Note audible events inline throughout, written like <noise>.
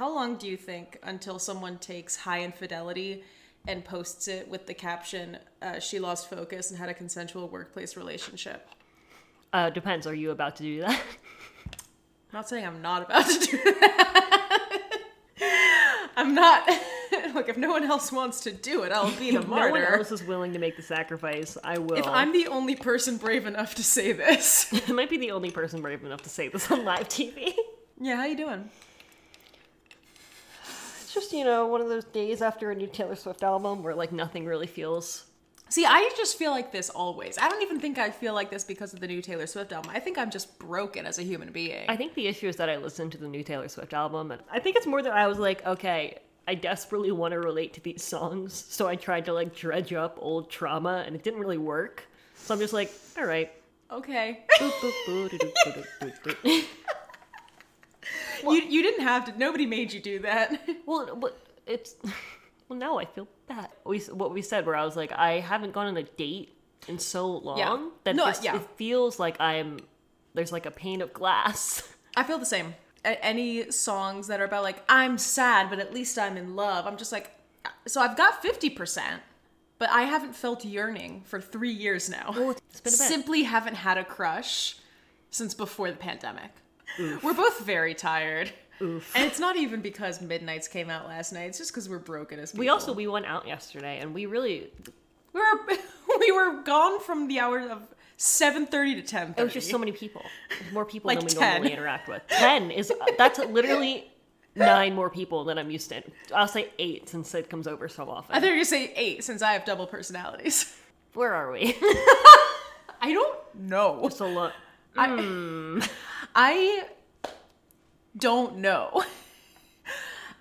long do you think until someone takes high infidelity and posts it with the caption, uh, she lost focus and had a consensual workplace relationship? Uh, depends. Are you about to do <laughs> that? I'm not saying I'm not about to do that. I'm not. <laughs> Look, if no one else wants to do it, I'll be the if no one martyr. else is willing to make the sacrifice, I will. if I'm the only person brave enough to say this. <laughs> <laughs> I might be the only person brave enough to say this on live <laughs> TV. yeah, how you doing? It's just, you know, one of those days after a new Taylor Swift album where, like, nothing really feels. See, I just feel like this always. I don't even think I feel like this because of the new Taylor Swift album. I think I'm just broken as a human being. I think the issue is that I listened to the new Taylor Swift album, and I think it's more that I was like, okay, I desperately want to relate to these songs, so I tried to, like, dredge up old trauma, and it didn't really work. So I'm just like, all right. okay. <laughs> Boop, boop, boo, doo, doo, doo, doo, doo, doo. you you didn't have to. Nobody made you do that. <laughs> Well, but it's <laughs> well now I feel bad. We what we said where I was like I haven't gone on a date in so long that No, this- yeah. it feels like I'm there's like a pane of glass. <laughs> I feel the same. A- any songs that are about like I'm sad, but at least I'm in love. I'm just like, uh, so I've got fifty percent, but I haven't felt yearning for three years now. it's been a bit. Simply haven't had a crush since before the pandemic. We're both very tired. And it's not even because Midnight's came out last night. It's just because we're broken as people. We also we went out yesterday and we really we were <laughs> we were gone from the hour of seven thirty to ten thirty. there was just so many people. There's more people Like than we 10. normally interact with. Ten is uh, <laughs> that's literally nine more people than I'm used to. I'll say eight since Sid comes over so often. I thought you were gonna say eight since I have double personalities. <laughs> Where are we? <laughs> I don't know. so <laughs> look, I, Hmm. <laughs> I don't know. <laughs>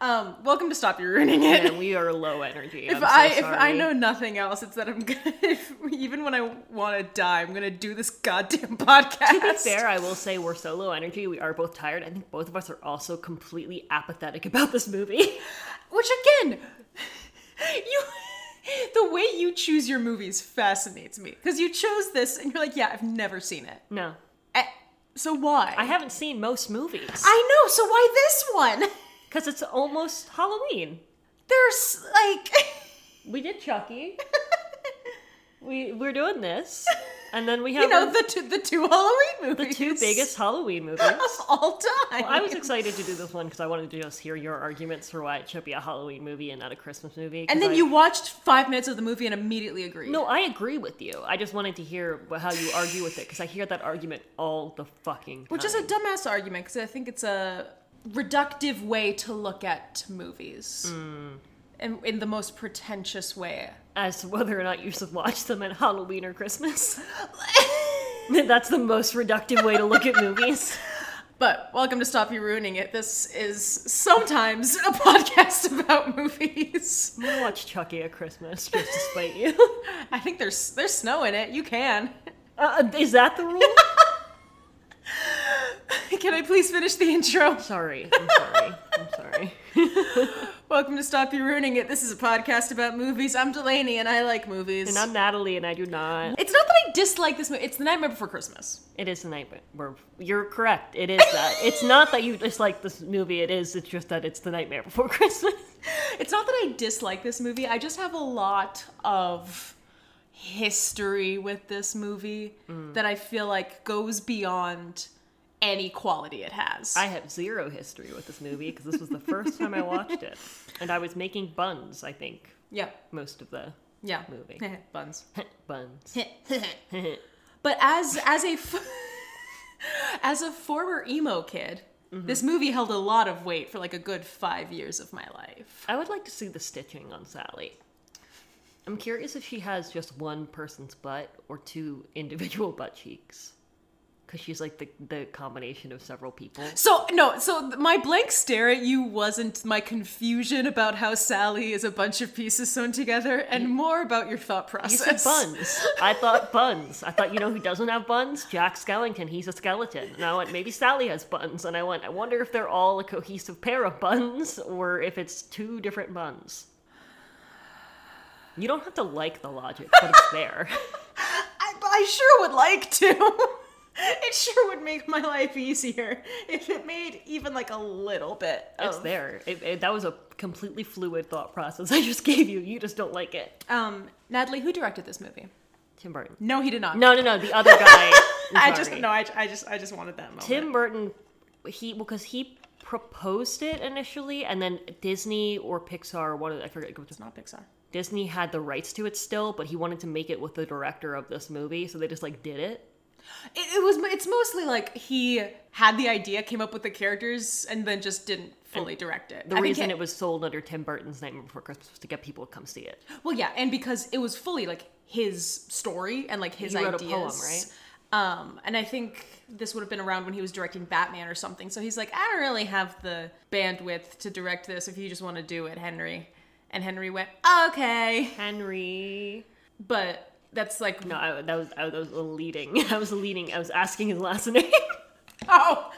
Um, welcome to Stop You Ruining It. and we are low energy. if I if I know nothing else, it's that I'm <laughs> gonna if, even when I want to die, I'm gonna do this goddamn podcast. To be fair, I will say we're so low energy. We are both tired. I think both of us are also completely apathetic about this movie. <laughs> Which again, <laughs> you the way you <laughs> choose your movies fascinates me because you chose this and you're like, yeah, I've never seen it. No, Eh, so why? I haven't seen most movies I know. So why this one? <laughs> because it's almost Halloween. There's like. <laughs> We did Chucky. we we're doing this, and then we have you know our- the two, the two Halloween the movies, two biggest Halloween movies. of <laughs> all time. I <laughs> was excited to do this one because I wanted to just hear your arguments for why it should be a Halloween movie and not a Christmas movie. 'cause and then I- you watched five minutes of the movie and immediately agreed. No, I agree with you. I just wanted to hear wh- how you argue with it because I hear that argument all the fucking time. which is a dumbass argument because I think it's a reductive way to look at movies, Mm. and in the most pretentious way. <laughs> as to whether or not you should watch them at Halloween or Christmas. <laughs> That's the most reductive way to look at movies. But welcome to Stop You Ruining It. This is sometimes a podcast <laughs> about movies. <laughs> <laughs> I'm gonna watch Chucky at Christmas just to spite you. I think there's there's snow in it. You can. <laughs> Uh, is that the rule? <laughs> Can I please finish the intro? sorry, I'm sorry, I'm sorry. Welcome to Stop You Ruining It. This is a podcast about movies. I'm Delaney and I like movies. And I'm Natalie, and I do not. it's not that I dislike this movie, it's The Nightmare Before Christmas. It is the night before. You're correct. It is that. It's not that you dislike this movie. It is. It's just that it's the nightmare before Christmas. It's not that I dislike this movie, I just have a lot of history with this movie Mm. that I feel like goes beyond any quality it has. I have zero history with this movie because this was the first time I watched it, and I was making buns. I think yeah, most of the <laughs> yeah. Movie. <laughs> Buns. buns. <laughs> but as as a f- <laughs> as a former emo kid, this movie held a lot of weight for like a good 5 years of my life. I would like to see the stitching on Sally. I'm curious if she has just one person's butt or two <laughs> individual butt cheeks. Because she's like the, the combination of several people. So no, so th- my blank stare at you wasn't my confusion about how Sally is a bunch of pieces sewn together, and more about your thought You process. said buns. I thought buns. I thought, you know who doesn't have buns? Jack Skellington. He's a skeleton. And I went, maybe Sally has buns. And I went, I wonder if they're all a cohesive pair of buns or if it's two different buns. You don't have to like the logic, but it's there. I, I sure would like to. <laughs> It sure would make my life easier if it made even like a little bit. It's of- there. It, it- that was a completely fluid thought process <laughs> I just gave you. You just don't like it. Um, Natalie, who directed this movie? Tim Burton. No, he did not. No, no, no. The other guy. I'm I just sorry. no, I, I just I just wanted that moment. Tim Burton, he because he proposed it initially, and then Disney or Pixar, one of the, I forget. it's not Pixar. Disney had the rights to it still, but he wanted to make it with the director of this movie, so they just like did it. It, it was. It's mostly like he had the idea, came up with the characters, and then just didn't fully direct it. The I think reason it was sold under Tim Burton's Nightmare Before Christmas was to get people to come see it. Well, yeah, and because it was fully like his story and like his He wrote a ideas. poem, right? Um, and I think this would have been around when he was directing Batman or something. So he's like, I don't really have the bandwidth to direct this. If you just want to do it, Henry. And Henry went, okay. Henry. But that's like, No, I, that was I, that was leading. <laughs> I was leading. I was asking his last <laughs> name. oh,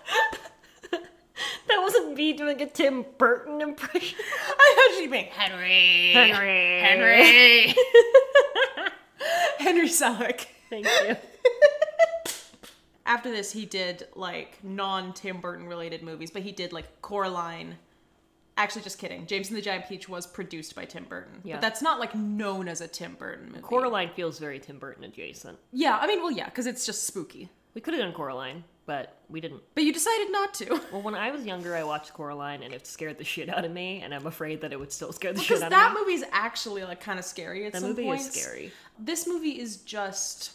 <laughs> that wasn't me doing a Tim Burton impression. I thought she'd be Henry, <laughs> Henry. Henry, Henry Selick. Thank you. After this, he did like non Tim Burton related movies, but he did like Coraline. Actually, just kidding. James and the Giant Peach was produced by Tim Burton, Yeah. but that's not like known as a Tim Burton movie. Coraline feels very Tim Burton adjacent. yeah, I mean, well, yeah, because it's just spooky. We could have done Coraline, but we didn't. But you decided not <laughs> to. Well, when I was younger, I watched Coraline, and it scared the shit out of me, and I'm afraid that it would still scare the Because shit out that of me. movie's actually like kind of scary at That some movie points. is scary. This movie is just,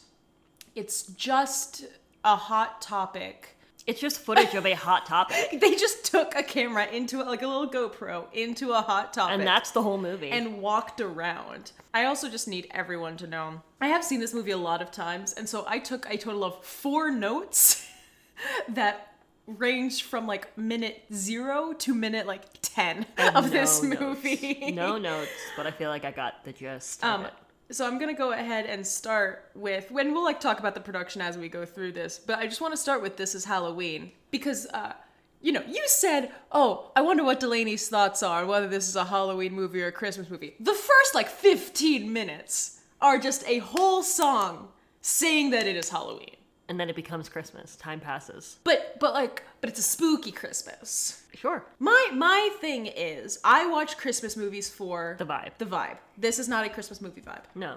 it's just a hot topic. It's just footage of a hot <laughs> topic, They just took a camera into like a little GoPro into a hot topic. and that's the whole movie. and walked around. I also just need everyone to know I have seen this movie a lot of times, and so I took a total of four notes <laughs> that range from like minute zero to minute like 10 of No this notes. movie. no notes, but I feel like I got the gist. Um, of it. so I'm gonna go ahead and start with when we'll like talk about the production as we go through this, but I just want to start with this is Halloween because uh, you know you said, oh, I wonder what Delaney's thoughts are on whether this is a Halloween movie or a Christmas movie. The first like 15 minutes are just a whole song saying that it is Halloween, And then it becomes Christmas. Time passes. but but like but it's a spooky Christmas. Sure. My my thing is I watch Christmas movies for The vibe. The vibe. This is not a Christmas movie vibe. No,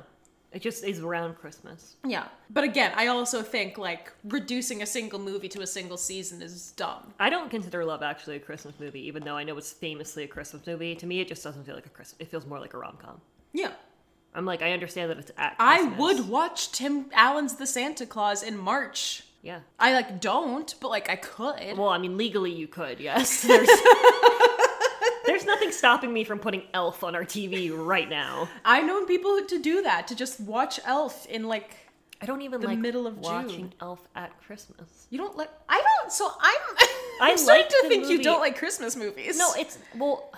it just is around Christmas. Yeah. But again, I also think like reducing a single movie to a single season is dumb. I don't consider Love Actually a Christmas movie, even though I know it's famously a Christmas movie. To me, it just doesn't feel like a Christmas. It feels more like a rom com. Yeah. I'm like, I understand that it's at. I Christmas. would watch Tim Allen's The Santa Claus in March. Yeah. I like don't, but like I could. Well, I mean, legally you could. <laughs> Yes. There's, there's nothing stopping me from putting Elf on our TV right now. I've known people who- to do that, to just watch Elf in like I don't even The like middle of watching June. Elf at Christmas. you don't like I don't <laughs> so I'm I I'm starting like to the think you movie. don't like Christmas movies. No, it's well.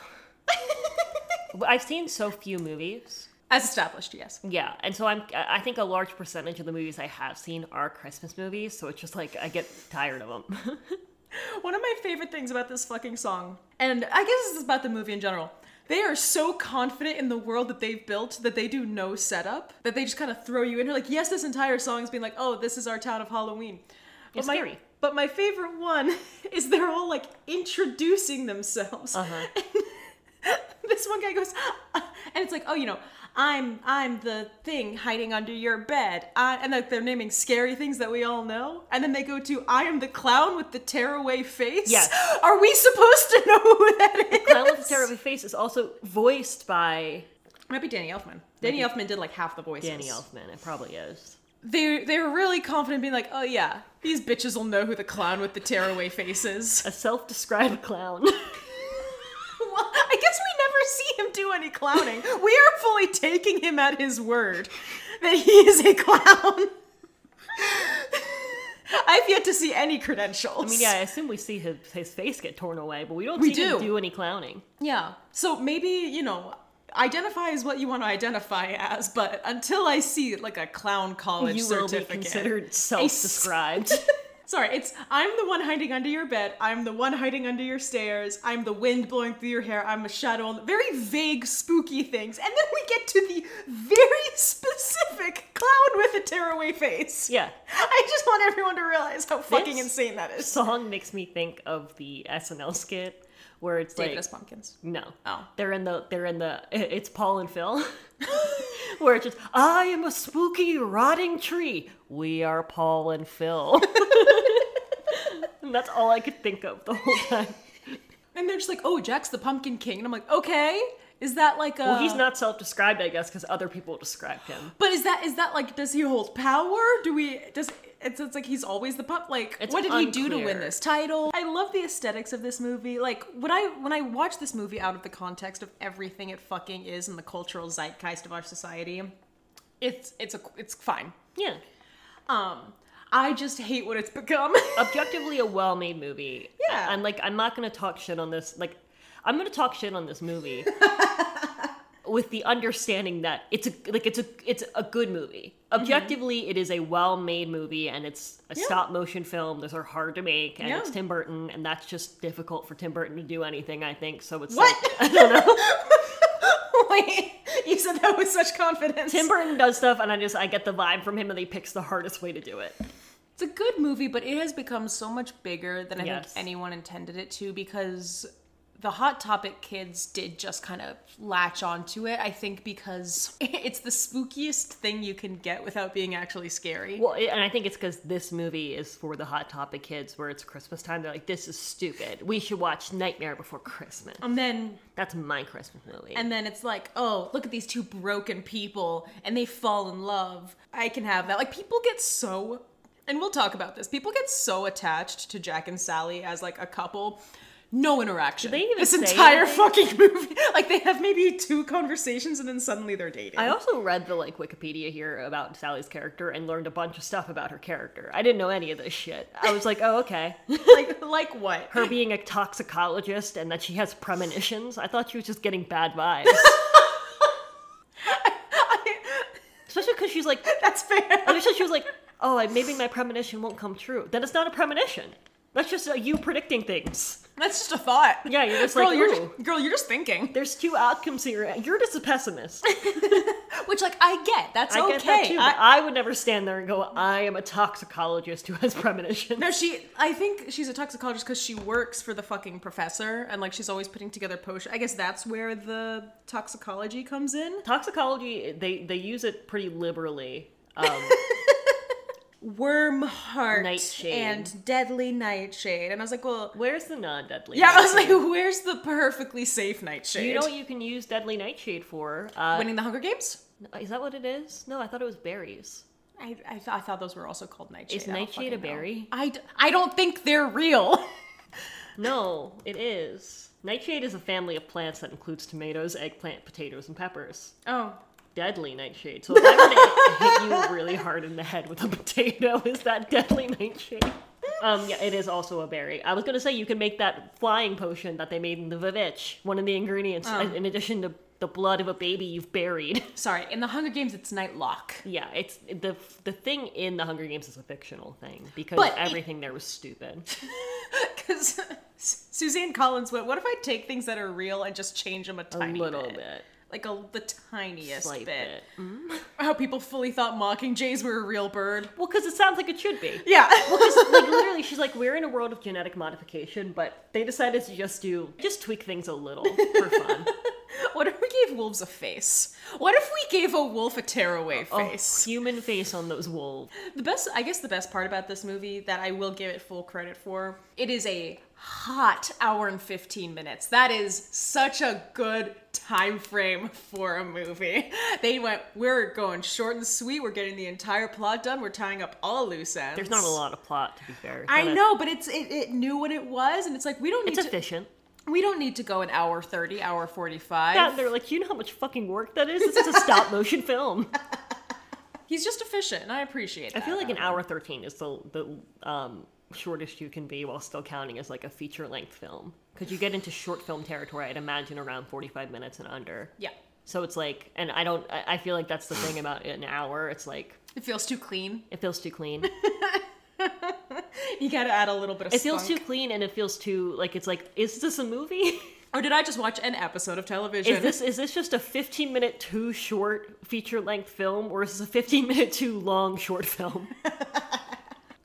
I've seen so few movies. as established, yes. Yeah, and so I'm. I think a large percentage of the movies I have seen are Christmas movies, so it's just like I get tired of them. One of my favorite things about this fucking song, and I guess this is about the movie in general, they are so confident in the world that they've built that they do no setup, that they just kind of throw you in. They're like, yes, this entire song is being like, oh, this is our town of Halloween. But It's my, scary. But my favorite one <laughs> is they're all like introducing themselves. Uh-huh. <laughs> this one guy goes, "Uh," and it's like, oh, you know, I'm I'm the thing hiding under your bed, I, and like they're naming scary things that we all know, and then they go to, I am the clown with the tearaway face. Yes. <laughs> Are we supposed to know who that is? Clown with a terrible face is also voiced by Might be Danny Elfman. Danny Elfman did like half the voices. Danny Elfman. It probably is. They they were really confident, being like, oh yeah, these bitches will know who the clown with the tearaway face is. A self-described <laughs> <laughs> clown. well, I guess we never see him do any clowning. We are fully taking him at his word that he is a clown. <laughs> I've yet to see any credentials. I mean, yeah, I assume we see his, his face get torn away, but we don't We see him do. do any clowning. Yeah. So maybe, you know, identify is what you want to identify as, but until I see like a clown college You will be certificate. <laughs> considered self-described. Sorry, it's I'm the one hiding under your bed. I'm the one hiding under your stairs. I'm the wind blowing through your hair. I'm a shadow. On very vague, spooky things, and then we get to the very specific clown with a tearaway face. yeah, I just want everyone to realize how fucking This insane that is. Song makes me think of the SNL skit where it's David like S. Pumpkins. no, Oh. they're in the they're in the it- it's Paul and Phil, <laughs> where it's just I am a spooky rotting tree. We are Paul and Phil, <laughs> and that's all I could think of the whole time. And they're just like, oh, Jack's the Pumpkin King. And I'm like, okay. Is that like a. Well, he's not self-described, I guess, because other people described him. But is that is that like does he hold power? Do we does it's, it's like he's always the pup like It's what did he do to win unclear. this title? I love the aesthetics of this movie. Like when I when I watch this movie out of the context of everything it fucking is in the cultural zeitgeist of our society, it's it's a it's fine. Yeah, Um I just hate what it's become. objectively a well-made movie. Yeah. And like I'm not gonna talk shit on this. Like I'm gonna talk shit on this <laughs> movie with the understanding that it's a like it's a it's a good movie. Objectively, it is a well-made movie, and it's a Mm-hmm. Yeah. stop-motion film. Those are hard to make, and Yeah. it's Tim Burton, and that's just difficult for Tim Burton to do anything. I think so. It's <laughs> What? like- I don't know. <laughs> Wait, you said that with such confidence. Tim Burton does stuff, and I just I get the vibe from him that he picks the hardest way to do it. It's a good movie, but it has become so much bigger than I Yes. think anyone intended it to because the Hot Topic kids did just kind of latch onto it, I think, because <laughs> it's the spookiest thing you can get without being actually scary. Well, it, and I think it's because this movie is for the Hot Topic kids, where it's Christmas time. They're like, "This is stupid. We should watch Nightmare Before Christmas." and then That's my Christmas movie. and then it's like, oh, look at these two broken people and they fall in love. I can have that. Like people get so and we'll talk about this. People get so attached to Jack and Sally as like a couple. No interaction. they even this say entire anything? fucking movie. <laughs> Like they have maybe two conversations and then suddenly they're dating. <laughs> I also read the like Wikipedia here about Sally's character and learned a bunch of stuff about her character. I didn't know any of this shit. I was like, "Oh, okay." like like what? <laughs> Her being a toxicologist and that she has premonitions. I thought she was just getting bad <laughs> vibes, especially because she's like, <laughs> That's fair. especially she was like, "Oh, I- maybe my premonition won't come true." Then it's not a premonition. That's just uh, you predicting things. That's just a thought. Yeah, you're just girl, like, you're "Ooh." just, girl, you're just thinking. There's two outcomes here. You're just a pessimist. Which like I get. That's I okay. get that too. I- But I, would never stand there and go, "I am a toxicologist who has <laughs> premonitions." No, she. I think she's a toxicologist because she works for the fucking professor, and like she's always putting together potions. I guess that's where the toxicology comes in. Toxicology, they they use it pretty liberally. Worm heart Nightshade. and deadly nightshade, and I was like, well, Where's the non-deadly? yeah, I was like, nightshade? where's the perfectly safe nightshade? you know what you can use deadly nightshade for? Uh, winning the Hunger Games. is that what it is? No, I thought it was berries. I, I, th- I thought those were also called nightshade. Is I don't nightshade a fucking know. berry? I, d- I don't think they're real. No, it is. Nightshade is a family of plants that includes tomatoes, eggplant, potatoes, and peppers. oh, deadly nightshade. So if I were to hit you really hard in the head with a potato, <laughs> is that deadly nightshade? Um, yeah, it is also a berry. I was gonna say you can make that flying potion that they made in the Vivitch, one of the ingredients, Oh. in- in addition to the blood of a baby you've buried. <laughs> <laughs> sorry. In the Hunger Games, it's Nightlock. yeah, it's the the thing in the Hunger Games is a fictional thing because But it- everything there was stupid. Because <laughs> Suzanne Collins went, what if I take things that are real and just change them a A tiny little bit? bit, Like a, the tiniest slight bit. bit. How people fully thought mocking jays were a real bird. Well, because it sounds like it should be. Yeah. Just, like literally, she's like, we're in a world of genetic modification, but they decided to just do just tweak things a little <laughs> for fun. <laughs> what if we gave wolves a face? What if we gave a wolf a tearaway Oh, face? Human face on those wolves. The best, I guess, the best part about this movie that I will give it full credit for, it is a hot hour and fifteen minutes. That is such a good time frame for a movie. <laughs> They went, we're going short and sweet. We're getting the entire plot done. We're tying up all loose ends. There's not a lot of plot to be fair. It's I not a- know, but it's it, it knew what it was, and it's like we don't need It's to efficient. we don't need to go an hour thirty, hour forty five. Yeah, they're like, you know how much fucking work that is? It's just a stop motion film. He's just efficient, and I appreciate. I that feel like an about him. hour thirteen is the the um, shortest you can be while still counting as like a feature length film. Because you get into short film territory, I'd imagine around forty five minutes and under. Yeah, So it's like, and I don't. I I feel like that's the thing about an hour. It's like it feels too clean. <laughs> it feels too clean. You got to add a little bit of. It feels spunk. too clean, and it feels too like it's like, is this a movie? <laughs> Or did I just watch an episode of television? Is this is this just a 15 minute <laughs> too short feature length film, or is this a 15 minute too long short film?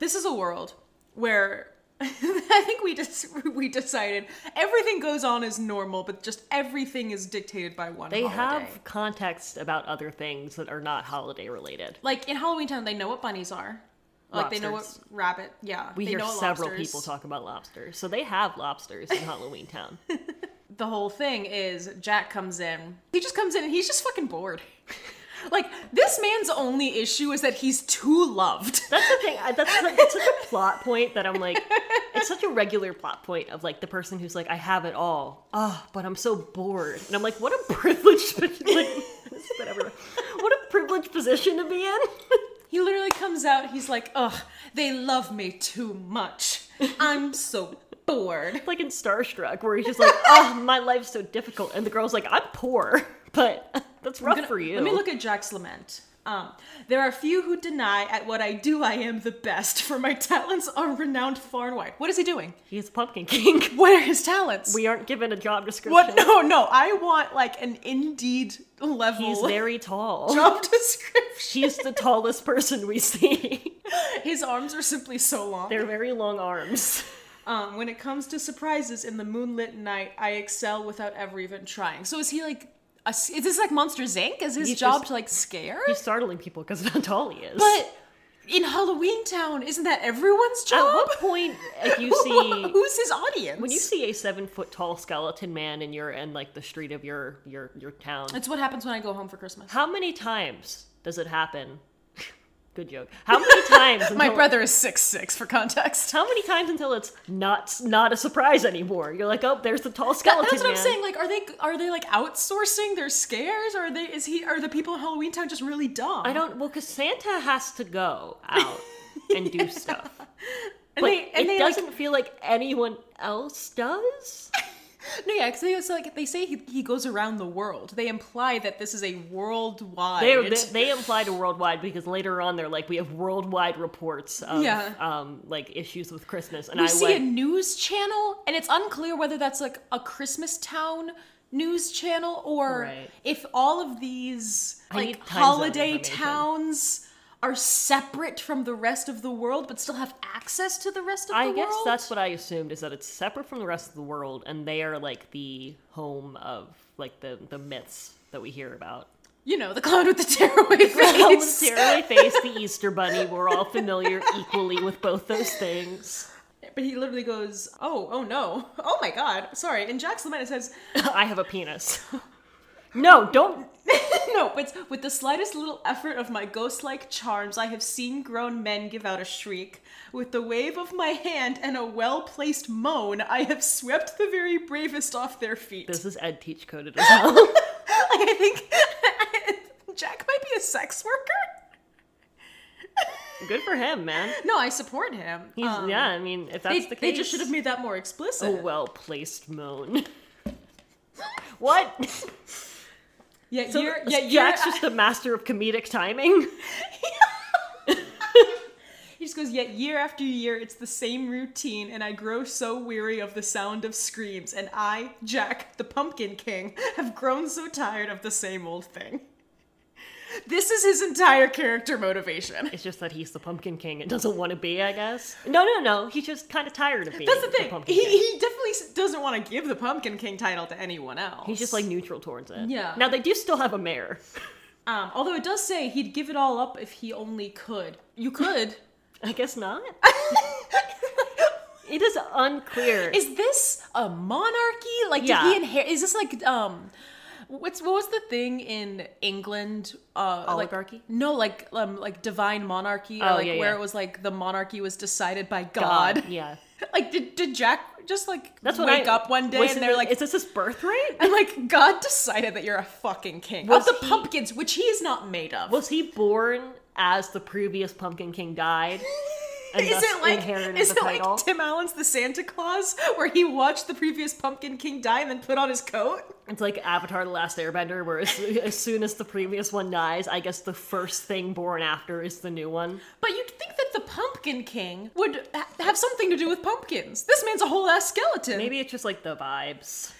this is a world where <laughs> I think we just we decided everything goes on as normal, but just everything is dictated by one. They holiday. have context about other things that are not holiday related. like in Halloween Town, they know what bunnies are. Like they know what Lobsters. rabbit. Yeah, We they hear know what several lobsters. people talk about lobsters, so they have lobsters <laughs> in Halloween Town. the whole thing is Jack comes in. He just comes in and he's just fucking bored. <laughs> like this man's only issue is that he's too loved. That's the thing. I- That's like, it's such a plot point that I'm like, it's such a regular plot point of like the person who's like, I have it all, ah, but I'm so bored, and I'm like, what a privileged, <laughs> like, this has been everywhere. what a privileged position to be in. <laughs> He literally comes out. He's like, "Ugh, they love me too much. <laughs> I'm so bored." like in Starstruck, where he's just like, oh, my life's so difficult, and the girl's like, I'm poor, but that's rough gonna- for you. Let me look at Jack's lament. Um, there are few who deny at what I do I am the best, for my talents are renowned far and wide. What is he doing? He's Pumpkin King. What are his talents? We aren't given a job description. what? No, no. I want like an Indeed level He's very <laughs> tall. job description. He's the tallest person we see. <laughs> His arms are simply so long. They're very long arms. Um, when it comes to surprises in the moonlit night, I excel without ever even trying. So is he like? A, is this like Monsters Inc? Is his He's job just- to like scare? He's startling people because of how tall he is. But in Halloween Town, isn't that everyone's at job? what point, <laughs> if you see who's his audience? when you see a seven foot tall skeleton man in your in like the street of your your your town, That's what happens when I go home for Christmas. how many times does it happen? <laughs> Good joke. How many times? <laughs> My until- brother is six six for context. How many times until it's not not a surprise anymore? You're like, oh, there's the tall That- skeleton <laughs> that's what I'm man." saying. Like, are they are they like outsourcing their scares, or are they is he are the people in Halloween Town just really dumb? I don't. Well, because Santa has to go <laughs> out and do stuff, And but they and it they doesn't feel like anyone else does. like no yeah because they so like they say he, he goes around the world. They imply that this is a worldwide. They, they, they imply to worldwide because later on they're like, we have worldwide reports of Yeah. um, like issues with Christmas, and we I see a went. news channel, and it's unclear whether that's like a Christmas Town news channel or Right. if all of these I need like time zone holiday information. towns are separate from the rest of the world, but still have access to the rest of I the guess world. that's what I assumed is that it's separate from the rest of the world, and they are like the home of like the the myths that we <laughs> hear about. you know the clown with the <laughs> tearaway face. Voluntarily face the Easter Bunny. We're all familiar equally with both those things. <laughs> But he literally goes, "Oh, oh no, oh my God, sorry." And Jack's lament says, I have a penis. <laughs> No, don't. No, but with the slightest little effort of my ghost like charms, I have seen grown men give out a shriek. With the wave of my hand and a well placed moan, I have swept the very bravest off their feet. This is Ed Teach coded as well. <laughs> <laughs> Like, I think <laughs> Jack might be a sex worker. Good for him, man. No, I support him. He's, Um, yeah, I mean, if they, that's the they case, Oh, just should have made that more a <laughs> explicit. well placed moan. <laughs> What? <laughs> yeah, So you're, yeah, Jack's you're- just the master of comedic timing. <laughs> He just goes, yet year after year, it's the same routine, and I grow so weary of the sound of screams, and I, Jack, the Pumpkin King, have grown so tired of the same old thing. This is his entire character motivation. It's just that he's the Pumpkin King and doesn't want to be, I guess. No, no, no. He's just kind of tired of being That's the thing. Pumpkin he, King. he definitely s- doesn't want to give the Pumpkin King title to anyone else. He's just like neutral towards it. Yeah. Now they do still have a mayor. um, although it does say he'd give it all up if he only could. You <laughs> could. <laughs> I guess not. It is unclear. <laughs> Is this a monarchy? Like, Yeah. did he inherit? Is this like um, what's what was the thing in England? Uh, like- Oligarchy? no, like um, like divine monarchy, or Oh, like yeah, where yeah. it was like the monarchy was decided by God. God. Yeah. <laughs> like, did, did Jack just like That's what wake I, up one day was and it- they're like. "Is this <laughs> his birthright?" and <laughs> like God decided that you're a fucking king of Was the he- pumpkins, which he is not made of. Was he born as the previous Pumpkin <laughs> King died? and is thus it like inherited is the it title? like Tim Allen's The Santa Claus, where he watched the previous pumpkin king die and then put on his coat? It's like Avatar: The Last Airbender, where as, <laughs> as soon as the previous one dies, I guess the first thing born after is the new one. But you'd think that the Pumpkin King would ha- have something to do with pumpkins. This man's a whole ass skeleton. Maybe it's just like the vibes.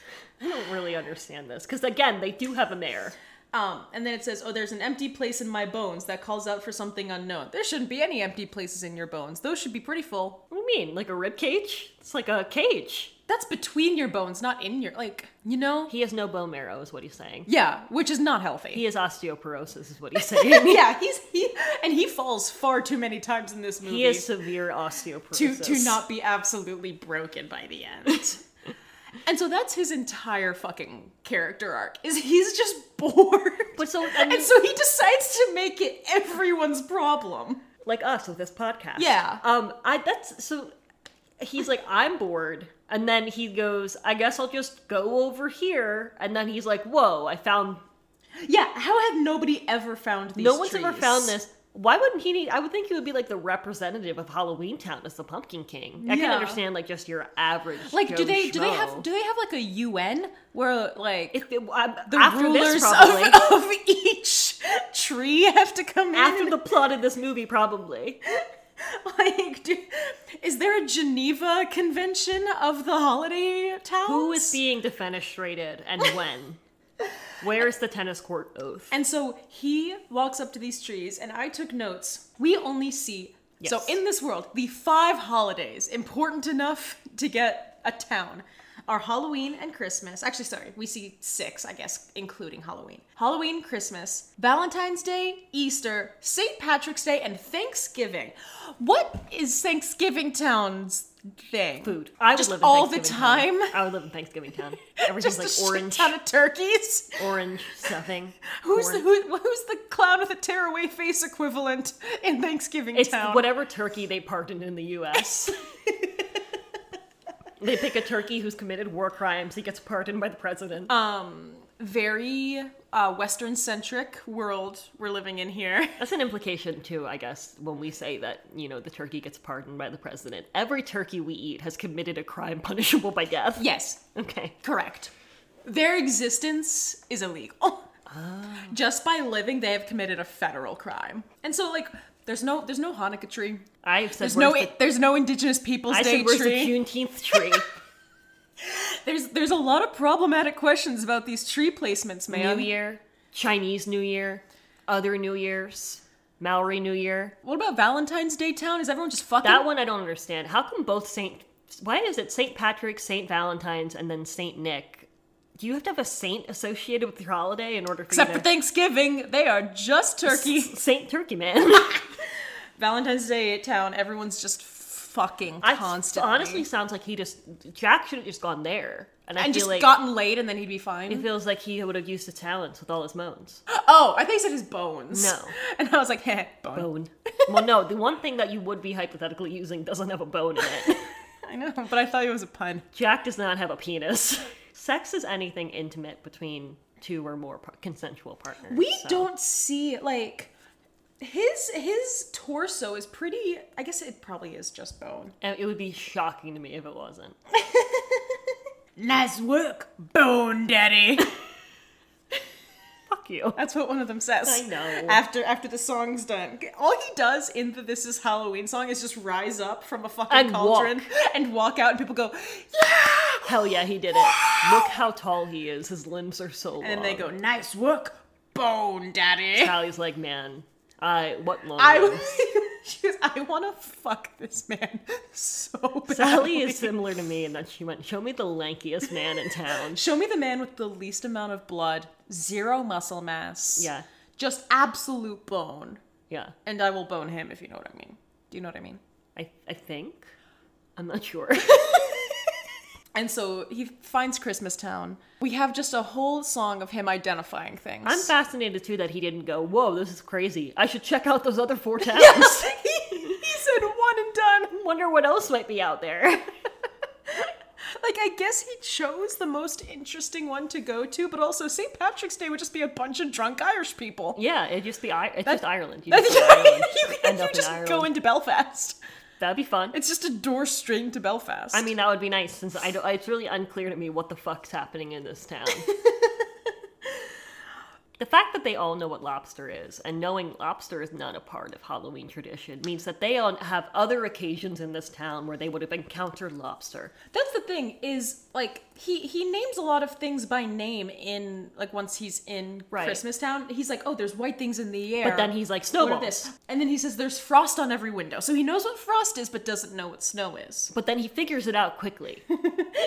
I don't really understand this because again, they do have a mayor. Um, and then it says, "Oh, there's an empty place in my bones that calls out for something unknown." There shouldn't be any empty places in your bones. Those should be pretty full. What do you mean? Like a rib cage? It's like a cage. That's between your bones, not in your like, you know? He has no bone marrow, is what he's saying. Yeah, which is not healthy. He has osteoporosis, is what he's <laughs> saying. yeah, he's he and he falls far too many times in this movie he has severe osteoporosis. to to not be absolutely broken by the <laughs> end. and so that's his entire fucking character arc. Is he's just bored. But so, I mean- and so he decides to make it everyone's problem. like us with this podcast. Yeah. Um. I that's so. He's like, I'm bored, and then he goes, I guess I'll just go over here, and then he's like, Whoa, I found. Yeah, how had nobody ever found these no one's ever trees? found this. Why wouldn't he need? I would think he would be like the representative of Halloween Town as the Pumpkin King. I can Yeah. understand like just your average. Like Joe do they do they have Schmo. do they have like a UN where like if it, I, the after rulers this, probably <laughs> of, <laughs> of each tree have to come after in. the plot of this movie, probably. <laughs> like, do, is there a Geneva Convention of the holiday towns? Who is being defenestrated and <laughs> when? Where is the tennis court oath? And so he walks up to these trees, and I took notes. We only see so Yes. in this world the five holidays important enough <laughs> to get a town are Halloween and Christmas. Actually, sorry, we see six, I guess, including Halloween. Halloween, Christmas, Valentine's Day, Easter, St. Patrick's Day, and Thanksgiving. What is Thanksgiving Town's thing? food. I would Just live in all the Thanksgiving time? Town. I would live in Thanksgiving Town. <laughs> Just Everything's a like shit orange, ton of turkeys. orange stuffing. <laughs> Who's the corn. who, who's the clown with a tearaway face equivalent in Thanksgiving It's Town? whatever turkey they pardoned in <laughs> the U.S. they pick a turkey who's committed war crimes. He gets pardoned by the president. Uh, Very uh, Western centric world we're living in here. <laughs> That's an implication too, I guess, when we say that you know the turkey gets pardoned by the president. Every turkey we eat has committed a crime <laughs> punishable by death. Yes, Okay. correct. Their existence is illegal. Ah. Just by living, they have committed a federal crime. And so, like, there's no there's no Hanukkah tree. I said There's no where's the- there's no Indigenous Peoples I Day said where's tree. the Juneteenth tree? <laughs> There's there's a lot of problematic questions about these tree placements, man. New Year, Chinese New Year, other New Years, Maori New Year. What about Valentine's Day town? Is everyone just fucking That one I don't understand. How come both Saint? Why is it Saint Patrick, Saint Valentine's, and then Saint Nick? Do you have to have a saint associated with your holiday in order for Except you for to... Thanksgiving, they are just turkey. Saint <laughs> Turkey Man? Valentine's Day town, everyone's just fucking I constantly. honestly sounds like he just Jack should have just gone there, and I and feel just like gotten laid and then he'd be it fine. feels like he would have used his talents with all his moans. <gasps> Oh, I think he said his bones. No. <laughs> And I was like, heh, bone. Bone. well, no, the one thing that you would be hypothetically using doesn't have a bone in it. I know, but I thought it was a pun. Jack does not have a penis. <laughs> Sex is anything intimate between two or more par- consensual partners. We so. don't see like his his torso is pretty I guess it probably is just bone. And It would be shocking to me if it wasn't. Nice work, bone daddy. <laughs> Fuck you. That's what one of them says. I know. After after the song's done, all he does in the "This Is Halloween" song is just rise up from a fucking And cauldron and walk out, and people go, "Yeah!" Hell yeah, he did it. Look how tall he is. His limbs are so long. And then they go, "Nice work, Bone Daddy." Sally's like, man, I what long? <laughs> I she goes, I want to fuck this man so bad. Sally is similar to me in that she went, show me the lankiest man <laughs> in town. Show me the man with the least amount of blood, zero muscle mass. Yeah, Just absolute bone, yeah. and I will bone him if you know what I mean. Do you know what I mean? I I think. I'm <laughs> not sure. And so he finds Christmas Town. We have just a whole song of him identifying things. <laughs> I'm fascinated too that he didn't go, whoa, this is crazy. I should check out those <laughs> other four towns. he, he said one and done. Wonder what else might be <laughs> out there. Like I guess he chose the most interesting one to go to, but also St. Patrick's Day would just be a bunch of drunk Irish people. yeah, it'd just be I- it's just Ireland. You <laughs> you just go to Ireland. end you up in just Ireland. go into Belfast. That'd be fun. It's just a door string to Belfast. I mean, that would be nice since <laughs> I don't, it's really unclear to me what the fuck's happening in this town. the fact that they all know what lobster is and knowing lobster is not a part of Halloween tradition means that they all have other occasions in this town where they would have encountered lobster. That's the thing is like he he names a lot of things by name in like once he's in Right. Christmas Town. He's like, "Oh, there's white things in the air." But then he's like what are snowballs. this? And then he says there's frost on every window. So he knows what frost is but doesn't know what snow is. <laughs> But then he figures it out quickly.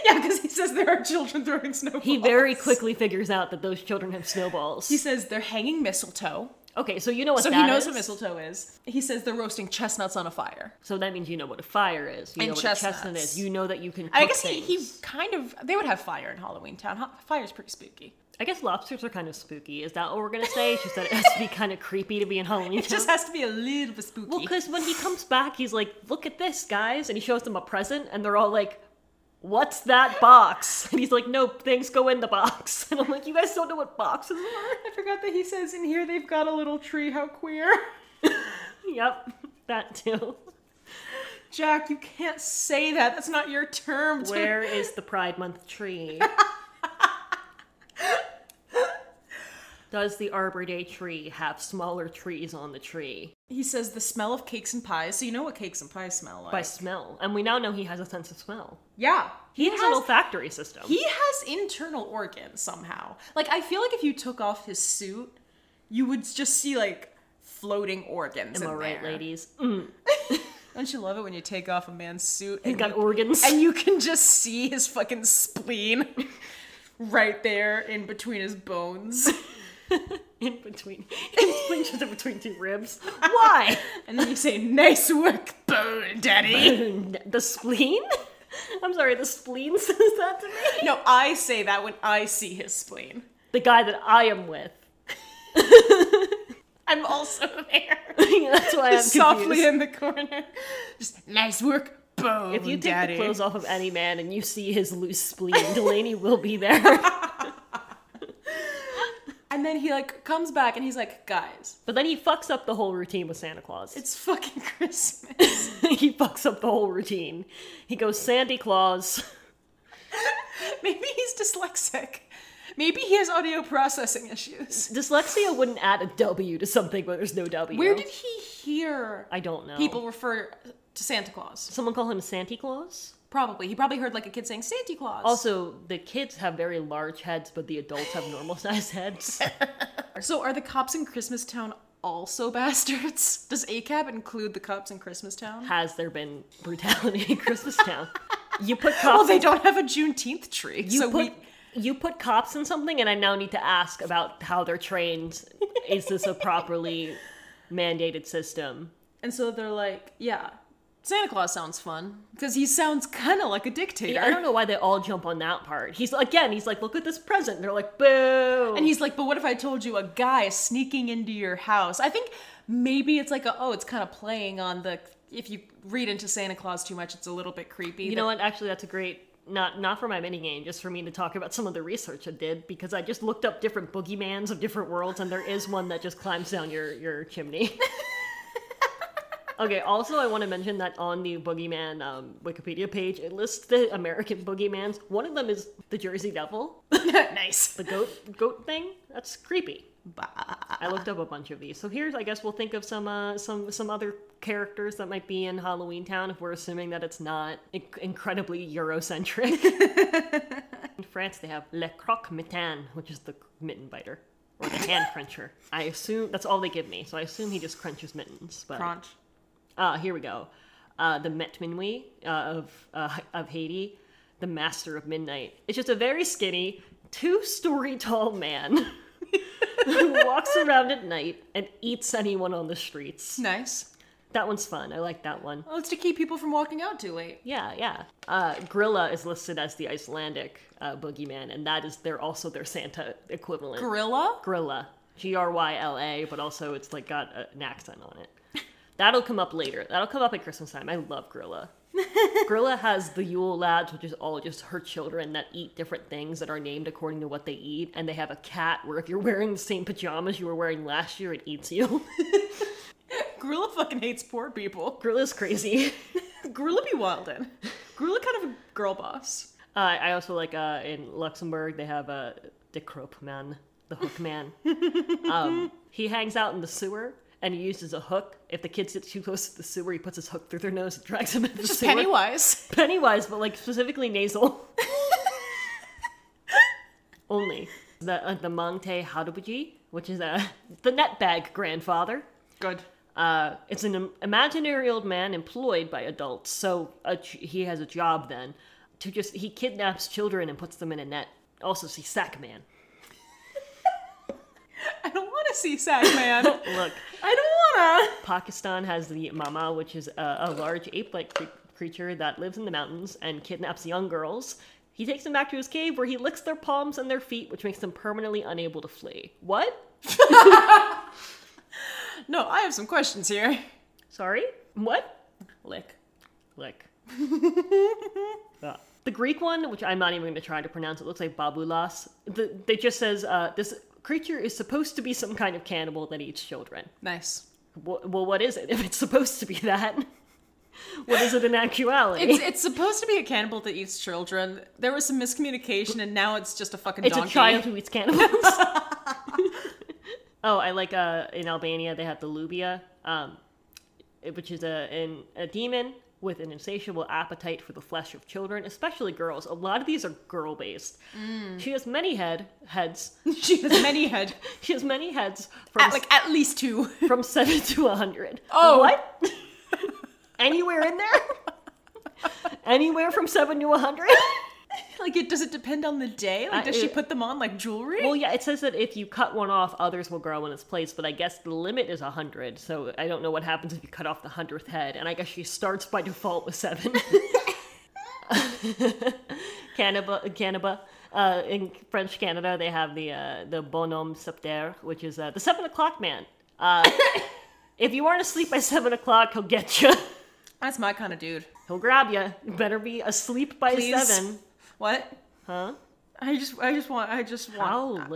yeah, cuz he says there are children throwing snowballs. <laughs> He very quickly figures out that those children have snowballs. He says they're hanging mistletoe. okay, so you know what So that he knows is. what mistletoe is. He says they're roasting chestnuts on a fire. So that means you know what a fire is. You And know what a chestnut chestnuts. is. You know that you can. Cook I guess he, things. he kind of they would have fire in Halloween Town. Ho- Fire's pretty spooky. I guess lobsters are kind of spooky. Is that what we're gonna say? It's just that it has to be kind of creepy to be in <laughs> Halloween. It just has to be a little bit spooky. Well, because when he comes back, he's like, "Look at this, guys," and he shows them a present, and they're all like, "What's that box?" <laughs> And he's like, "Nope, things go in the box." <laughs> And I'm like, "You guys don't know what boxes are?" <laughs> <laughs> I forgot that he says in here they've got a little tree. How queer. <laughs> yep, <laughs> that too. Jack, you can't say that. That's not your term. to- <laughs> Where is the Pride Month tree? Does the Arbor Day tree have smaller trees on the tree He says the smell of cakes and pies. So you know what cakes and pies smell like. by smell? And we now know he has a sense of smell. yeah. He, has, an olfactory system. he has internal organs somehow. Like I feel like if you took off his suit, you would just see like floating organs. Am I in right, there. ladies? Mm, Don't you love it when you take off a man's suit he's and got organs. and you can just see his fucking spleen <laughs> right there in between his bones. <laughs> <laughs> in between his flinches in between <laughs> two ribs. Why? And then you say, "Nice work, bone <laughs> daddy." the spleen? I'm sorry, the spleen <laughs> says that to me. No, I say that when I see his spleen. The guy that I am with. <laughs> I'm also <laughs> there, That's why I'm softly confused. in the corner. Just nice work, bone If you take daddy. the clothes off of <laughs> any man and you see his loose spleen, Delaney will be there. <laughs> and then he like comes back and he's like, "Guys, But then he fucks up the whole routine with Santa Claus. it's fucking <laughs> Christmas." <laughs> he fucks up the whole routine. He goes Sandy Claus. <laughs> Maybe he's dyslexic. Maybe he has audio processing issues. Dyslexia wouldn't add a W to something where there's no W. Where did he hear I don't know. people refer to Santa Claus? Someone call him Santa Claus? Probably. He probably heard like a kid saying Santa Claus. Also, the kids have very large heads, but the adults have normal <laughs> sized heads. so are the cops in Christmas Town also <laughs> bastards? Does ACAB include the cops in Christmas Town? Has there been brutality in Christmas Town? <laughs> You put cops. Well, they in- don't have a Juneteenth tree, You so put we. you put cops in something, and I now need to ask about how they're trained. Is this a properly mandated system? And so they're like, yeah, Santa Claus sounds fun because he sounds kind of like a dictator. I don't know why they all jump on that part. He's again, he's like, look at this present. And they're like, boo. And he's like, but what if I told you a guy is sneaking into your house? I think maybe it's like, a, oh, it's kind of playing on the. If you read into Santa Claus too much, it's a little bit creepy. <laughs> you know what? Actually, that's a great. Not not for my mini game, just for me to talk about some of the research I did because I just looked up different boogeymans of different worlds, and there is one that just climbs down your your chimney. okay. Also, I want to mention that on the boogeyman um, Wikipedia page, it lists the American boogeymans. One of them is the Jersey Devil, nice. the goat goat thing. That's creepy. Bah. I looked up a bunch of these. So here's, I guess, we'll think of some uh, some some other characters that might be in Halloween Town if we're assuming that it's not inc- incredibly Eurocentric. in France, they have Le Croque Mitten, which is the mitten biter or the hand <laughs> cruncher. I assume that's all they give me. So I assume he just crunches mittens. But Crunch. uh, here we go. Uh, the Metminwi uh, of uh, of Haiti, the Master of Midnight. It's just a very skinny, two-story tall man who walks around at night and eats anyone on the streets. Nice. That one's fun. I like that one. Well, it's to keep people from walking out too late. Yeah, yeah. Uh, Grilla is listed as the Icelandic uh, boogeyman, and that is they're also their Santa equivalent. Gorilla? Grilla, G R Y L A, but also it's like got a, an accent on it. That'll come up later. That'll come up at Christmas time. I love Grilla. Grilla has the Yule Lads, which is all just her children that eat different things that are named according to what they eat, and they have a cat where if you're wearing the same pajamas you were wearing last year, it eats you. <laughs> Gorilla fucking hates poor people. Grilla's crazy. Gorilla be wildin'. Gorilla kind of a girl boss. Uh, I also like uh, in Luxembourg they have a uh, de Kroopman, the <laughs> hook man. um, he hangs out in the sewer and he uses a hook. If the kids get too close to the sewer, he puts his hook through their nose and drags them into the Just sewer. Pennywise. Pennywise, but like <laughs> specifically nasal. Only the uh, the Mangte Hadobuji, which is uh, the netbag grandfather. Good. Uh, it's an im- imaginary old man employed by adults, so a ch- he has a job then to just he kidnaps children and puts them in a net. Also, see Sack Man. I don't want to see Sackman. <laughs> Look, <laughs> I don't wanna. Pakistan has the mama, which is a, a large ape-like cre- creature that lives in the mountains and kidnaps young girls. He takes them back to his cave where he licks their palms and their feet, which makes them permanently unable to flee. What? No, I have some questions here. Sorry? What? Lick. Lick. Yeah. The Greek one, which I'm not even going to try to pronounce, it looks like babulas. The, they just says uh, this creature is supposed to be some kind of cannibal that eats children. <laughs> Nice. Wh- well, what is it if it's supposed to be that? <laughs> what is it in actuality? It's, it's supposed to be a cannibal that eats children. There was some miscommunication, and now it's just a fucking It's donkey. a child who eats cannibals. <laughs> oh, I like uh, in Albania they have the lubia, um, which is a an, a demon with an insatiable appetite for the flesh of children, especially girls. A lot of these are girl based. Mm. She has many head heads. <laughs> <laughs> she has many head. She has many heads from At, like at least two. from seven to a hundred. Oh. what? <laughs> Anywhere in there? <laughs> Anywhere from seven to a hundred? <laughs> <laughs> like, it does it depend on the day? Like, Uh, does she it- put them on like jewelry? Well, yeah, it says that if you cut one off, others will grow in its place, but I guess the limit is 100, so I don't know what happens if you cut off the 100th head, and I guess she starts by default with <laughs> 7. Canada, Canada. Uh, in French Canada, they have the uh, the bonhomme septaire, which is uh, the seven o'clock man. Uh, if you aren't asleep by seven o'clock, he'll get you. <laughs> That's my kind of dude. He'll grab you. You better be asleep by Please. seven, What? huh? I just, I just want, I just want,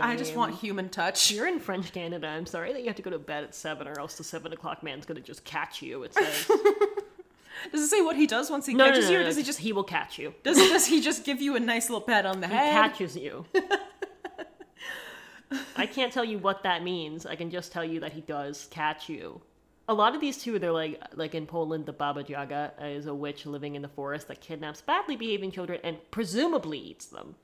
How I just want lame. human touch. You're in French Canada. I'm sorry that you have to go to bed at seven, or else the seven o'clock man's gonna just catch you. It <laughs> says Does it say what he does once he no, no, no, catches no, you, or no, does he just he will catch you. does does he just give you a nice little pat on the He head? <laughs> catches you. I can't tell you what that means. I can just tell you that he does catch you. A lot of these two, they're like like in Poland, the Baba Jaga is a witch living in the forest that kidnaps badly behaving children and presumably eats them.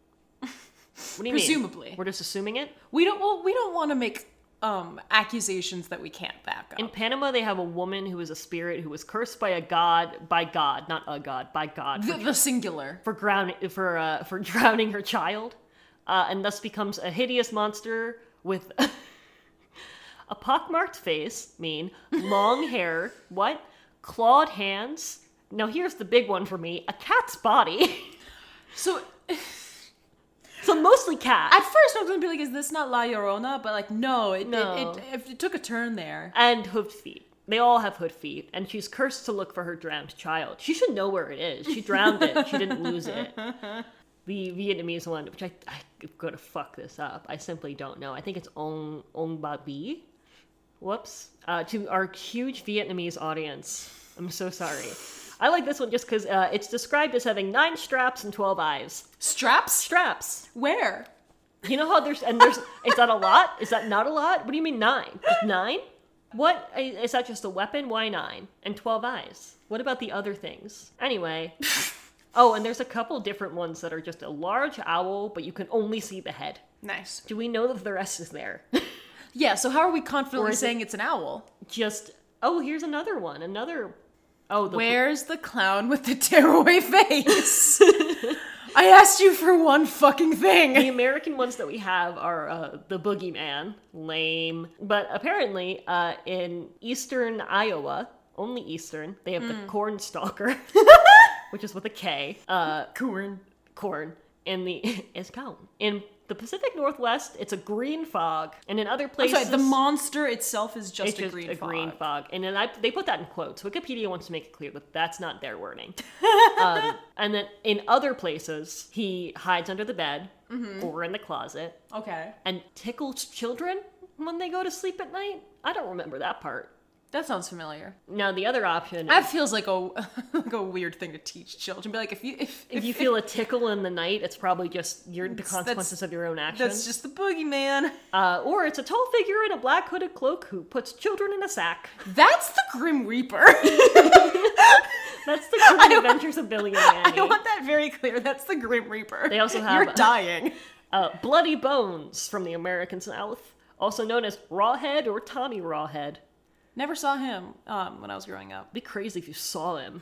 What do you Presumably. mean? We're just assuming it. We don't. Well, we don't want to make um accusations that we can't back up. In Panama, they have a woman who is a spirit who was cursed by a god, by God, not a god, by God, the, the singular. for ground for uh, for <laughs> drowning her child, uh, and thus becomes a hideous monster with <laughs> a pockmarked face, mean long <laughs> hair, what clawed hands. Now here's the big one for me: a cat's body. <laughs> So so mostly cat. at first I was gonna be like, "Is this not La Llorona?" But like, no, it No. It, it, if it took a turn there. and hooved feet. They all have hooved feet, and she's cursed to look for her drowned child. She should know where it is. She drowned it. She didn't lose it. The Vietnamese one, which I, I'm gonna fuck this up. I simply don't know. I think it's Ong Ong Ba Bi. Whoops. Uh, to our huge Vietnamese audience, I'm so sorry. I like this one just because uh, it's described as having nine straps and twelve eyes. Straps? Straps. Where? You know how there's and there's is that a lot? Is that not a lot? What do you mean nine? Just nine? What i- is that? Just a weapon? Why nine and twelve eyes? What about the other things? Anyway, oh, and there's a couple different ones that are just a large owl, but you can only see the head. Nice. Do we know that the rest is there? <laughs> Yeah. So how are we confidently is it- saying it's an owl? just oh, here's another one. Another oh, the Where's the clown with the tearaway <laughs> face? I asked you for one fucking the thing. American ones that we have are uh, the boogeyman, lame. But apparently, uh, in eastern Iowa, only eastern, they have Hmm. the <laughs> corn stalker, which is with a K. Uh, Corn. corn in the <laughs> is corn in the Pacific Northwest. It's a green fog, and in other places, Sorry, the monster itself is just it's a just green a fog. green fog, and then I, they put that in quotes. Wikipedia wants to make it clear that that's not <laughs> their wording. um, and then in other places, he hides under the bed Mm-hmm. or in the closet Okay. and tickles children when they go to sleep at night? I don't remember that part. That sounds familiar. Now the other option, That feels like a <laughs> like a weird thing to teach children. Be like, if you if, if you feel a tickle in the night, it's probably just your the consequences of your own that's actions. just the boogeyman. Uh, or it's a tall figure in a black hooded cloak who puts children in a <laughs> sack. That's the Grim Reaper. <laughs> That's the Grim Adventures of Billy and <laughs> I Mandy. want that very clear. That's the Grim Reaper. They <laughs> also You're have- dying. Uh, Bloody Bones from the American South, also known as Rawhead or Tommy Rawhead. Never saw him um, when I was growing up. It'd be crazy if you saw him.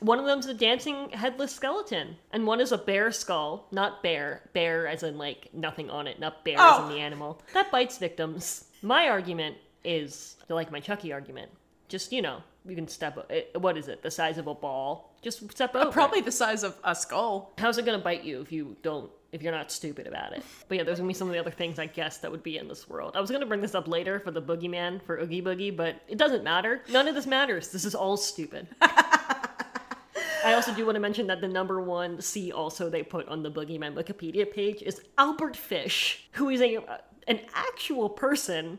one of them's a dancing headless skeleton, and one is a bear skull. Not bear, bear as in like nothing on it, not bear as Oh. in the animal. That bites victims. My argument is like my Chucky argument. Just, you know, you can step, it, what is it, the size of a ball? Just step over. it. Probably the size of a skull. How's it gonna bite you if you don't if you're not stupid about it? But yeah, there's gonna be some of the other things I guess that would be in this world. I was gonna bring this up later for the boogeyman for Oogie Boogie, but it doesn't matter. None of this matters. This is all stupid. I also do want to mention that the number one C also they put on the Boogeyman Wikipedia page is Albert Fish, who is a an actual person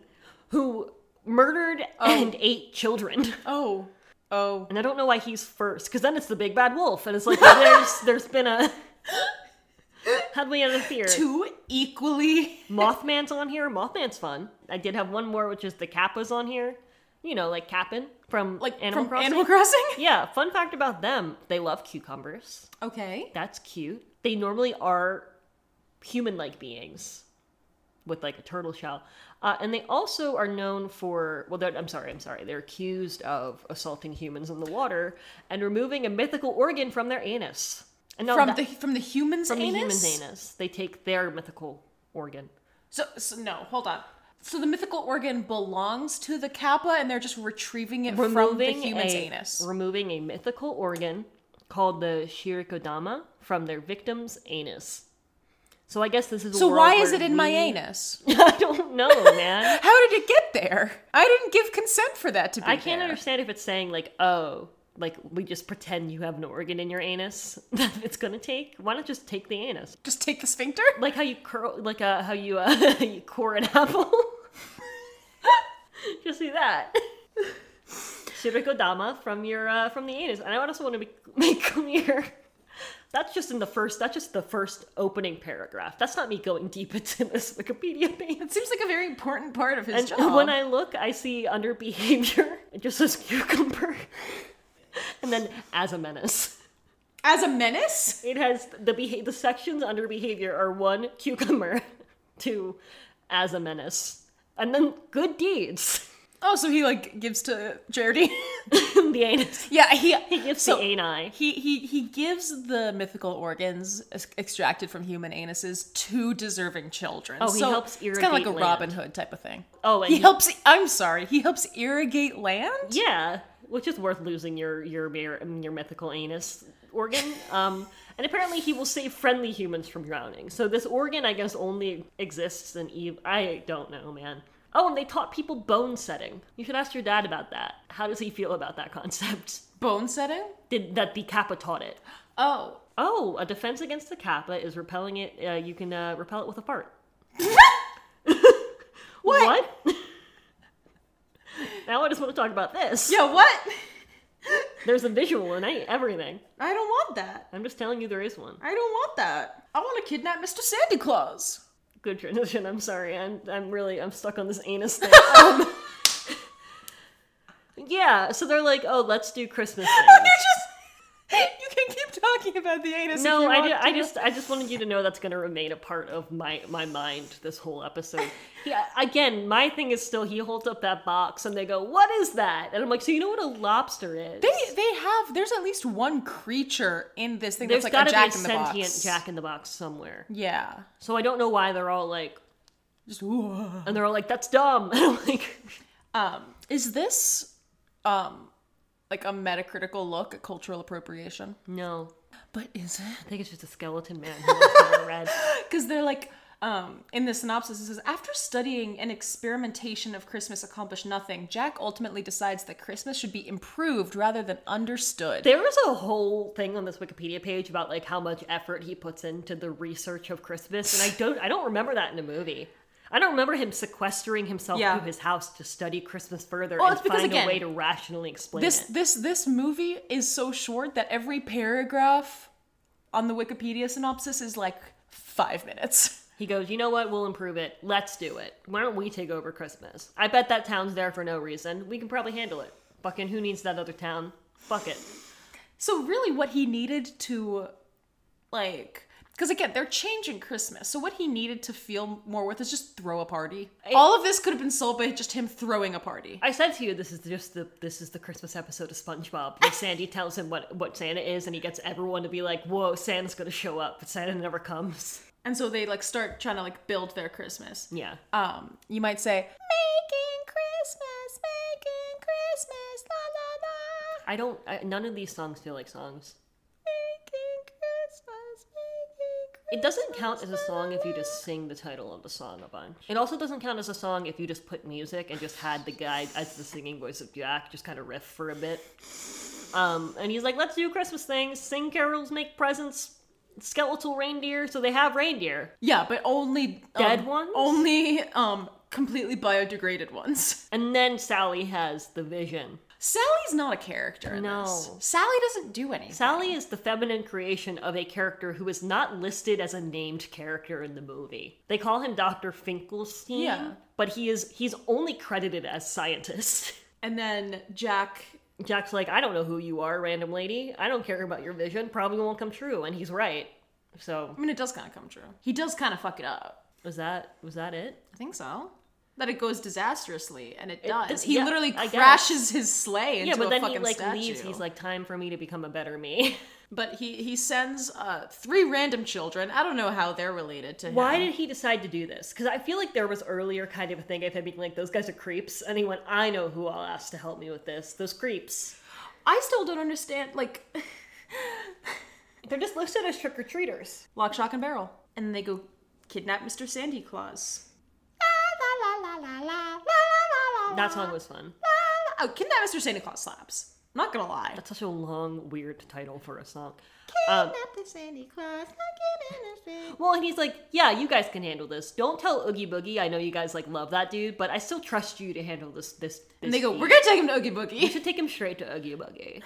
who murdered and ate children. <laughs> Oh, oh. And I don't know why he's first, because then it's the big bad wolf, and it's like <laughs> well, there's there's been a how do we end up here? Two equally. <laughs> Mothman's on here. Mothman's fun. I did have one more, which is the Kappa's on here. You know, like Cap'n from Like Animal from Crossing. Animal Crossing? yeah, fun fact about them: they love cucumbers. <laughs> Okay. That's cute. They normally are human-like beings with like a turtle shell, uh, and they also are known for. Well, they're- I'm sorry, I'm sorry. They're accused of assaulting humans in the water and removing a mythical organ from their anus. And now From that- the from the humans from anus? the human's anus, they take their mythical organ. So, so no, hold on. So the mythical organ belongs to the kappa, and they're just retrieving it from the human's a, anus. Removing a mythical organ called the shirikodama from their victim's anus. So I guess this is a So world why is where it in my we- anus? <laughs> I don't know, man. How did it get there? I didn't give consent for that to be. I can't there. understand if it's saying like, oh, like we just pretend you have an organ in your anus <laughs> that it's gonna take. Why not just take the anus? Just take the sphincter. Like how you curl, like uh, how you uh, <laughs> you core an apple. <laughs> just do that. <laughs> Shirikodama from your uh, from the anus, and I also want to be, <laughs> make clear. That's just in the first. That's just the first opening paragraph. That's not me going deep into this Wikipedia page. It seems like a very important part of his And <laughs> job. when I look, I see under behavior, <laughs> it just says cucumber. <laughs> and then as a menace. As a menace, It has the beha- the sections under behavior are one, cucumber, <laughs> two, as a menace. And then good deeds. <laughs> oh, so he like gives to charity. <laughs> the anus. yeah, he He gives so the ani. He he he gives the mythical organs ex- extracted from human anuses to deserving children. Oh, he So helps It's kind of like a irrigate Robin land. Hood type of thing. Oh, and He he- helps. I'm sorry. He helps irrigate land. Yeah, which is worth losing your your your, your mythical anus organ. Um, and apparently he will save friendly humans from drowning. So this organ, I guess, only exists in Eve. I don't know, man. Oh, and they taught people bone setting. You should ask your dad about that. How does he feel about that concept? <laughs> Bone setting. Did that the Kappa taught it? <laughs> Oh, Oh, a defense against the Kappa is repelling it. Uh, you can uh, repel it with a fart. what? <laughs> now I just want to talk about this. yeah. What? There's a visual in it- everything. I don't want that. I'm just telling you there is one. I don't want that. I want to kidnap Mr. Santa Claus. Good transition. I'm sorry. I'm I'm really I'm stuck on this anus <laughs> thing. Um, yeah. So they're like, oh, let's do Christmas. <laughs> Oh, Things. you're just. You can keep talking about the anus. if No, you I, want ju- I to. just I just wanted you to know that's going to remain a part of my my mind this <laughs> whole episode. Yeah, again, my thing is still he holds up that box and they go, "What is that?" And I'm like, "So you know what a lobster is?" They, they have. There's at least one creature in this thing There's that's like a got to jack in be a the sentient box. Jack in the Box somewhere. Yeah. So I don't know why they're all like, Just. "Whoa." and they're all like, "That's dumb." <laughs> And I'm like, Um, is this um like a metacritical look at cultural appropriation? "No, But is I it? <laughs> think it's just a skeleton man who wants to wear red." Because they're like um, in the synopsis, it says after studying and experimentation of Christmas accomplished nothing, Jack ultimately decides that Christmas should be improved rather than understood. There is a whole thing on this Wikipedia page about like how much effort he puts into the research of Christmas, and I don't I don't remember that in the movie. I don't remember him sequestering himself Yeah. to his house to study Christmas further Well, and it's because, find again, a way to rationally explain This it. this this movie is so short that every paragraph on the Wikipedia synopsis is like five minutes. He goes, you know what? We'll improve it. Let's do it. Why don't we take over Christmas? I bet that town's there for no reason. We can probably handle it. Fucking who needs that other town? Fuck it. So really, what he needed to, like, because again, they're changing Christmas. So what he needed to feel more with is just throw a party. All of this could have been solved by just him throwing a party. I said to you, this is just the this is the Christmas episode of SpongeBob. Where Sandy tells him what what Santa is, and he gets everyone to be like, "Whoa, Santa's gonna show up," but Santa never comes. <laughs> And so they like start trying to like build their Christmas. Yeah, Um, you might say making Christmas, making Christmas, la la la. I don't. I, none of these songs feel like songs. Making Christmas, making Christmas. It doesn't count as a song if you just sing the title of the song a bunch. It also doesn't count as a song if you just put music and just had the guy as the singing voice of Jack just kind of riff for a bit. Um, and he's like, let's do Christmas things, sing carols, make presents, skeletal reindeer. So they have reindeer. Yeah, but only um, Dead ones? Only um completely biodegraded ones. And then Sally has the vision. Sally's not a character in No. this. Sally doesn't do anything. Sally is the feminine creation of a character who is not listed as a named character in the movie. They call him Dr. Finkelstein, Yeah. but he is he's only credited as scientist. <laughs> and then Jack Jack's like, I don't know who you are, random lady. I don't care about your vision. Probably won't come true. And he's right. So I mean it does kind of come true. He does kind of fuck it up. was that was that it? I think so. That it goes disastrously and it, does- does. He yeah, literally I guess. crashes his sleigh into Yeah, but a then fucking he like statue. leaves. He's like, time for me to become a better me. <laughs> but he he sends uh three random children. I don't know how they're related to Why him. did he decide to do this? Because I feel like there was earlier kind of a thing of him being like, those guys are creeps. And he went, I know who I'll ask to help me with this. Those creeps. I still don't understand like <laughs> They're just listed as trick or treaters. lock shock and barrel and they go kidnap Mr. Sandy Claus. That song was fun. Oh, Kidnap Mr. Santa Claus slaps. I'm not gonna lie. That's such a long, weird title for a song. Um, Kidnap the Santa Claus, not giving a shit. well, and he's like, yeah, you guys can handle this. Don't tell Oogie Boogie. I know you guys like love that dude, but I still trust you to handle this. This. this And they go, feat. we're gonna take him to Oogie You Boogie. should take him straight to Oogie Boogie.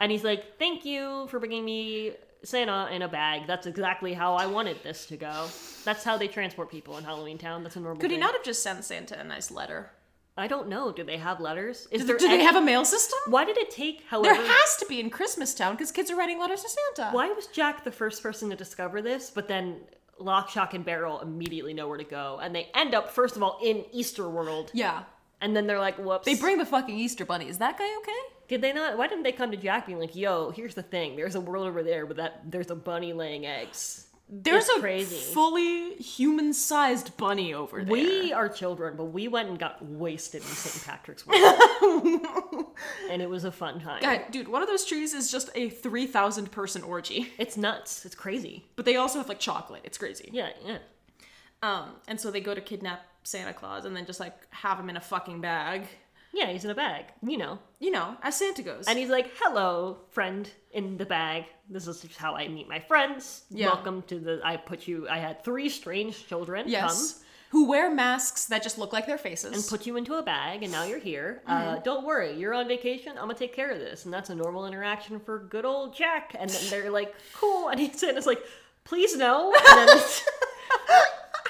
And he's like, thank you for bringing me Santa in a bag. That's exactly how I wanted this to go. That's how they transport people in Halloween Town. That's a <laughs> normal Could he thing. not have just sent Santa a nice letter? I don't know. Do they have letters? Is Do, there do they any- have a mail system? <laughs> Why did it take, There however... has to be in Christmas Town because kids are writing letters to Santa. Why was Jack the first person to discover this, but then Lock, Shock, and Barrel immediately know where to go, and they end up first of all in Easter World, Yeah, and then they're like, "Whoops!" they bring the fucking Easter bunny. Is that guy okay? Did they not? Why didn't they come to Jack being like, "Yo, here's the thing. There's a world over there, but that there's a bunny laying eggs. There's It's a crazy. fully human-sized bunny over there. We are children, but we went and got wasted in St. Patrick's <laughs> World, and it was a fun time. God, dude, one of those trees is just a three thousand person orgy. <laughs> It's nuts. It's crazy. But they also have like chocolate. It's crazy. Yeah, yeah. Um, and so they go to kidnap Santa Claus and then just like have him in a fucking bag, Yeah, he's in a bag. You know, you know, as Santa goes. And he's like, "Hello, friend in the bag. This is just how I meet my friends. Yeah. Welcome to the. I put you. I had three strange children yes, who wear masks that just look like their faces. come, put you into a bag, and now you're here. Uh, don't worry, you're on vacation. I'm gonna take care of this. And that's a normal interaction for good old Jack. And then they're like, "Cool." And he's and it's like, "Please no." And then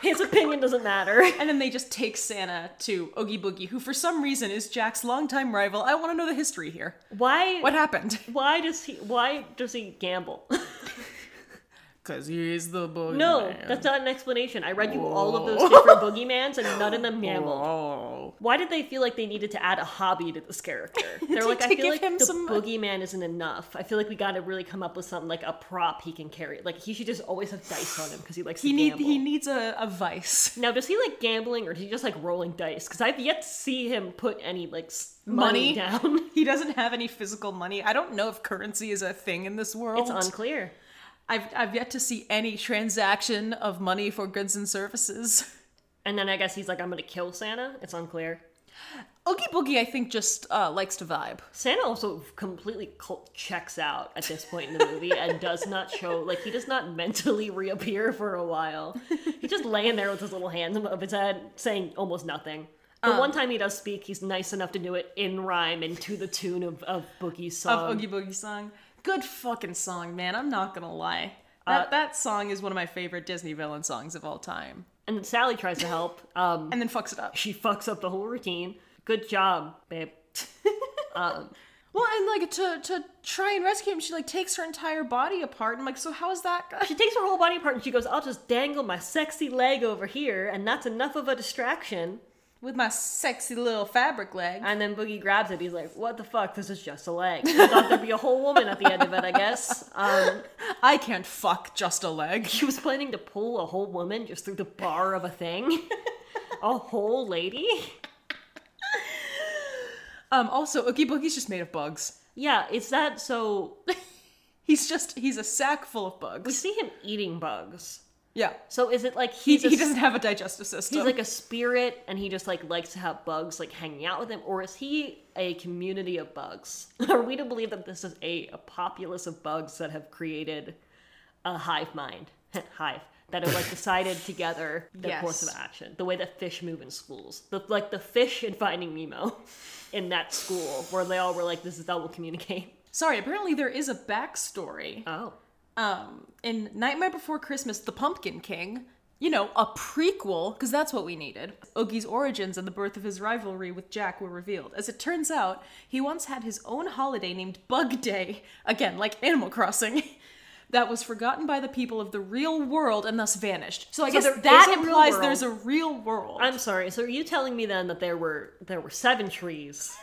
his opinion doesn't matter. and then they just take Santa to Oogie Boogie, who for some reason is Jack's longtime rival. I want to know the history here. Why? What <laughs> happened? Why does he? Why does he gamble? <laughs> Because he's the boogeyman. No, that's not an explanation. I read you all of those different boogeymans, and none of them gambled. Oh. Why did they feel like they needed to add a hobby to <laughs> this character? They're To- like, to I feel give like him the some- boogeyman isn't enough. I feel like we got to really come up with something like a prop he can carry. Like he should just always have dice on him because he likes He to need gamble. he needs a, a vice. <laughs> now, does he like gambling or is he just like rolling dice? Because I've yet to see him put any like s- Money? money, down. <laughs> He doesn't have any physical money. I don't know if currency is a thing in this world. it's unclear. I've I've yet to see any transaction of money for goods and services. <laughs> And then I guess he's like, I'm gonna kill Santa. It's unclear. Oogie Boogie, I think, just uh, likes to vibe. Santa also completely col- checks out at this point in the movie and does not show, like, he does not mentally <laughs> reappear for a while. He's just laying there with his little hands above his head, saying almost nothing. The Um, one time he does speak, he's nice enough to do it in rhyme and to the tune of, of Boogie's song. of Oogie Boogie song. Good fucking song, man. I'm not gonna lie. That, that song is one of my favorite Disney villain songs of all time. And Sally tries to help. Um, And then fucks it up. she fucks up the whole routine. Good job, babe. Well, and like to to try and rescue him, she like takes her entire body apart. I'm like, so how is that? Guy? She takes her whole body apart and she goes, I'll just dangle my sexy leg over here, and that's enough of a distraction. <laughs> With my sexy little fabric leg. And then Boogie grabs it. He's like, "What the fuck? This is just a leg. I thought there'd be a whole woman at the end of it. I guess." Um, I can't fuck just a leg. <laughs> he was planning to pull a whole woman just through the bar of a thing, <laughs> a whole lady. Um. Also, Oogie Boogie's just made of bugs. Yeah, is that so? He's just he's a sack full of We bugs. see him eating bugs. Yeah. So is it like He, he's a he s- doesn't have a digestive system. he's like a spirit and he just like likes to have bugs like hanging out with him, or is he a community of bugs? <laughs> Are we to believe that this is a, a populace of bugs that have created a hive mind? <laughs> hive. That have like decided together the Yes. course of action, the way that fish move in schools, the, like the fish in Finding Nemo, <laughs> in that school where they all were like, "This is how we'll communicate." Sorry. Apparently, there is a backstory. Oh, um, in Nightmare Before Christmas, The Pumpkin King, you know, a prequel, because that's what we needed. Oogie's origins and the birth of his rivalry with Jack were revealed. As it turns out, he once had his own holiday named Bug Day, again, like Animal Crossing. <laughs> That was forgotten by the people of the real world and thus vanished. So I guess there is that a real implies world. there's a real world. I'm sorry. So are you telling me then that there were there were seven trees?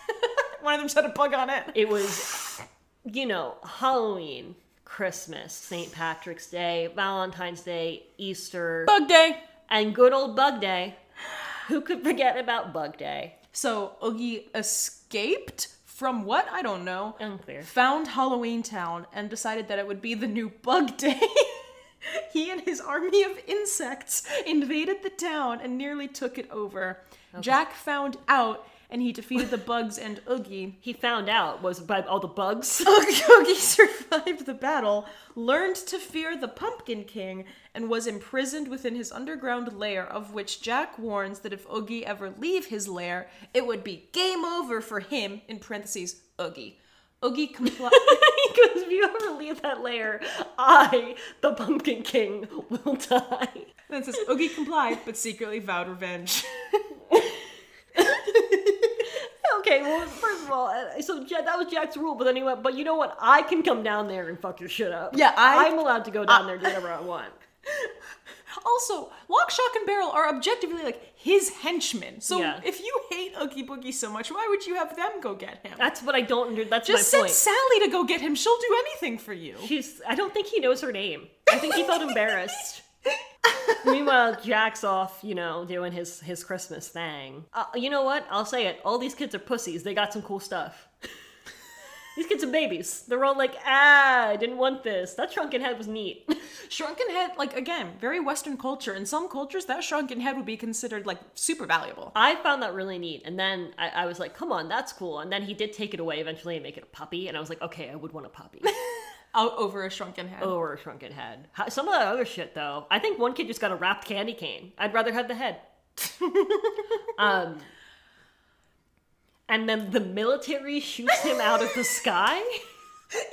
One of them had a bug on it. it was you know halloween christmas st patrick's day valentine's day easter Bug Day. and good old bug day who could forget about bug day So Oogie escaped from what I don't know. unclear found Halloween Town and decided that it would be the new bug <laughs> day. he and his army of insects invaded the town and nearly took it over. Jack found out and he defeated the bugs and <laughs> Oogie. he found out was by all the bugs <laughs> Oogie Oogie survived the battle, learned to fear the Pumpkin King, and was imprisoned within his underground lair, of which Jack warns that if Oogie ever leave his lair, it would be game over for him, in parentheses, Oogie. Oogie complied. because if you ever leave that lair i the pumpkin king will die Then it says Oogie complied, but secretly vowed revenge. okay well first of all uh, so Ja- that was jack's rule but then he went but you know what i can come down there and fuck your shit <laughs> up Yeah, I- i'm allowed to go down there and do whatever i want Also, Lock, Shock, and Barrel are objectively like his henchmen. So Yeah. if you hate Oogie Boogie so much, why would you have them go get him? That's what I don't under That's Just my send point. Sally to go get him. She'll do anything for you. She's. I don't think he knows her name. I think he felt embarrassed. Meanwhile, Jack's off, you know, doing his his Christmas thing. Uh, you know what? I'll say it. All these kids are pussies. They got some cool stuff. <laughs> these kids are babies. They're all like, ah, I didn't want this. That shrunken head was neat. <laughs> Shrunken head, like again, very Western culture. In some cultures, that shrunken head would be considered like super valuable. I found that really neat. And then I, I was like, come on, that's cool. And then he did take it away eventually and make it a puppy. And I was like, okay, I would want a puppy. <laughs> Out over a shrunken head. Or a shrunken head. How- Some of that other shit, though. I think one kid just got a wrapped candy cane. I'd rather have the head. <laughs> um, and then the military shoots him out of the sky. <laughs>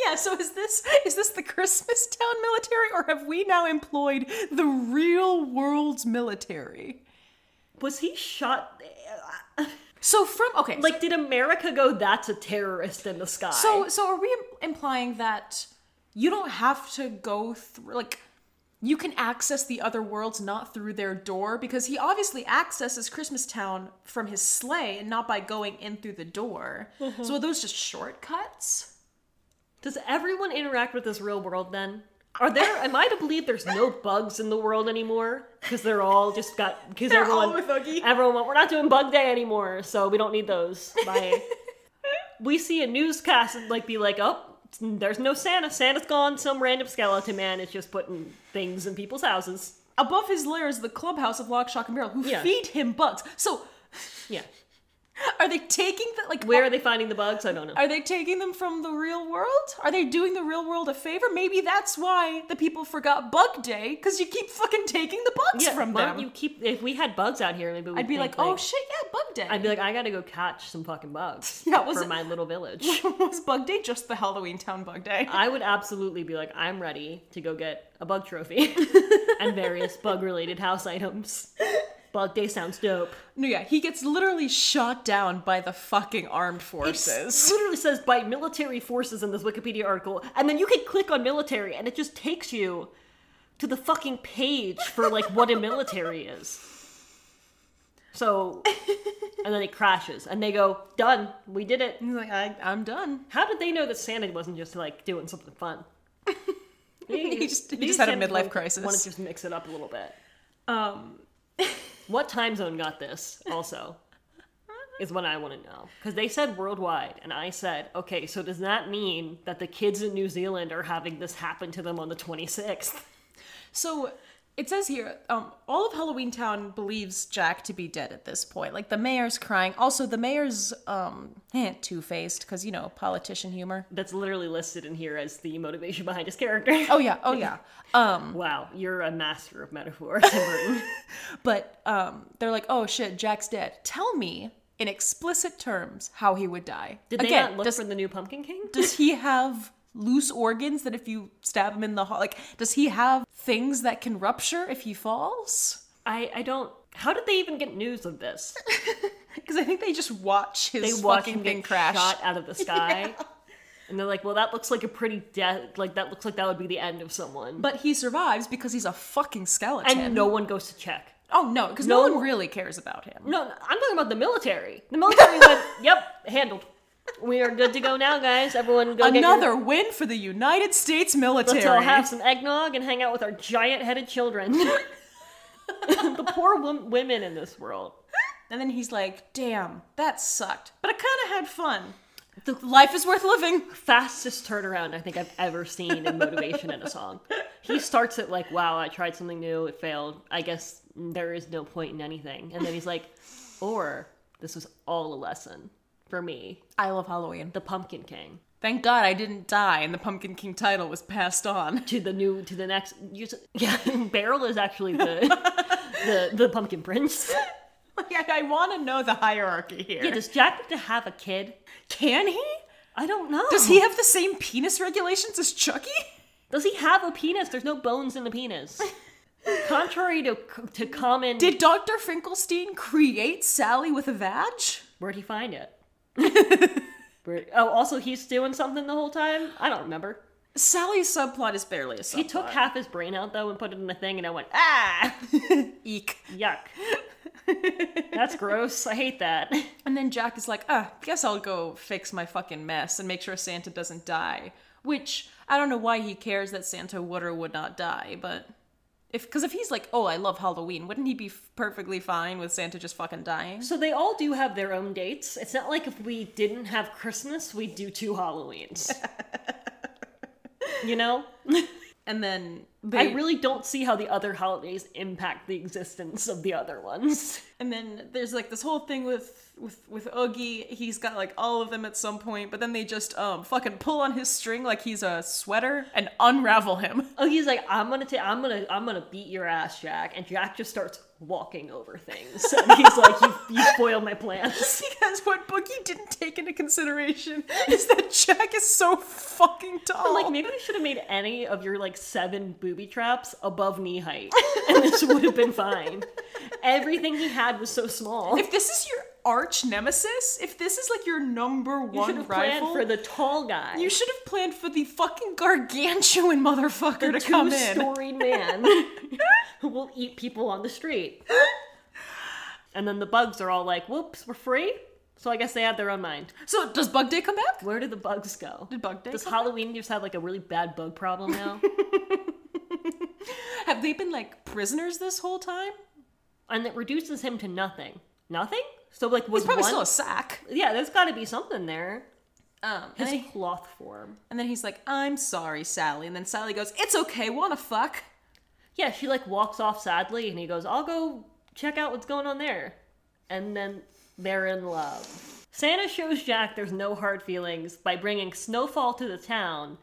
Yeah. So is this is this the Christmas Town military, or have we now employed the real world's military? Was he shot? So from okay, like. Like, did America go? That's a terrorist in the sky. So, so are we im- implying that you don't have to go through like you can access the other worlds not through their door because he obviously accesses Christmas Town from his sleigh and not by going in through the door. Mm-hmm. So are those just shortcuts? does everyone interact with this real world then? Are there? Am I to believe there's no bugs in the world anymore? Because they're all just got. Because They're everyone, all with Oogie. Everyone, went, we're not doing bug day anymore, so we don't need those. <laughs> Bye. we see a newscast and like be like, oh, there's no Santa. Santa's gone. Some random skeleton man is just putting things in people's houses. Above his lair is the clubhouse of Lock, Shock, and Barrel, who Yeah. feed him bugs. So Yeah. Are they taking the like Where are they finding the bugs? I don't know. Are they taking them from the real world? Are they doing the real world a favor? Maybe that's why the people forgot Bug Day because you keep fucking taking the bugs Yeah, from why them. don't you keep? If we had bugs out here, maybe we'd I'd be think, like, oh shit, yeah, Bug Day. I'd be like, I gotta go catch some <laughs> fucking bugs. Yeah, was for it- my little village. <laughs> was Bug Day just the Halloween Town Bug Day? I would absolutely be like, I'm ready to go get a bug trophy and various bug-related house items. Bug day sounds dope. no, yeah, he gets literally shot down by the fucking armed It forces. literally says by military forces in this Wikipedia article, and then you can click on military, and it just takes you to the fucking page for like what a military is. So, and then it crashes, and they go, "Done, we did it." <laughs> He's like, I, I'm done. How did they know that Santa wasn't just like doing <laughs> something fun? He just- he Maybe just had a Santa midlife wanted- crisis. Wanted to just mix it up a little bit. Um, What time zone got this also? Is what I want to know. Because they said worldwide, and I said, okay, so does that mean that the kids in New Zealand are having this happen to them on the 26th? So it says here, um, all of Halloween Town believes Jack to be dead at this point. Like the mayor's crying. Also, the mayor's um, two faced because you know politician humor. That's literally listed in here as the motivation behind his character. Oh yeah, oh yeah. <laughs> Um, Wow, you're a master of metaphor, Tim Burton. but um, they're like, oh shit, Jack's dead. Tell me in explicit terms how he would die. Did they Again, not look does, for the new Pumpkin King? does he have loose organs that if you stab him in the heart, like, does he have things that can rupture if he falls? I, I don't. How did they even get news of this? Because I think they just watch his They watch fucking him thing get crash. shot out <laughs> of the sky. And they're like, well, that looks like a pretty death. Like, that looks like that would be the end of someone. But he survives because he's a fucking skeleton. and no one goes to check. oh no, because no, one really cares about him. No, I'm talking about the military. <laughs> The military went, yep, handled. We are good to go now, guys. Everyone go get your- Another win for the United States military. Let's all have some eggnog and hang out with our giant-headed <laughs> children. the poor wom- women in this world. and then he's like, "Damn, that sucked, but I kind of had fun. The life is worth living." Fastest turnaround I think I've ever seen in motivation in a song. He starts it like, "Wow, I tried something new. It failed. I guess there is no point in anything." And then he's like, "Or this was all a lesson for me, I love Halloween. the Pumpkin King." Thank God I didn't die, and the Pumpkin King title was passed on. to the new to the next you s- <laughs> yeah barrel is actually the the, the pumpkin prince <laughs> Like, I, want to know the hierarchy here. yeah does jack have to have a kid Can he? i don't know Does he have the same penis regulations as Chucky? does he have a penis there's no bones in the penis contrary to to common Did Doctor Finkelstein create Sally with a vag? where'd he find it Where, oh also he's doing something the whole time i don't remember Sally's subplot is barely a subplot. he took half his brain out though and put it in a thing and i went ah <laughs> Eek. yuck that's gross i hate that And then Jack is like, ah, guess I'll go fix my fucking mess and make sure Santa doesn't die. Which, I don't know why he cares that Santa would or would not die, but. if Because if he's like, oh, I love Halloween, wouldn't he be f- perfectly fine with Santa just fucking dying? So they all do have their own dates. It's not like if we didn't have Christmas, we'd do two Halloweens. you know? And then. I They, really don't see how the other holidays impact the existence of the other ones. and then there's like this whole thing with with with Oogie. He's got like all of them at some point, but then they just um fucking pull on his string like he's a sweater and unravel him. <laughs> Oh, he's like, I'm gonna take, I'm gonna, I'm gonna beat your ass, Jack. And Jack just starts walking over things. <laughs> And he's like, you, you foiled my plans. Because what Boogie didn't take into consideration <laughs> is that Jack is so fucking tall. Like maybe you should have made any of your like seven booby traps above knee height, and this would have been fine. Everything he had was so small. if this is your arch nemesis, if this is like your number You should one have rival, planned for the tall guy. you should have planned for the fucking gargantuan motherfucker to come in. <laughs> two-storied man who will eat people on the street. And then the bugs are all like, "Whoops, we're free." So I guess they have their own mind. So does Bug Day come back? Where do the bugs go? Did Bug Day? Does come- Halloween just have like a really bad bug <laughs> problem now? have they been like prisoners this whole time? and it reduces him to nothing. Nothing. So like, was He's probably one? still a sack. yeah, there's got to be something there. Um, and, His then, cloth form. and then he's like, "I'm sorry, Sally," and then Sally goes, "It's okay, wanna fuck." Yeah, she like walks off sadly, and he goes, "I'll go check out what's going on there." And then They're in love. Santa shows Jack there's no hard feelings by bringing Snowfall to the town,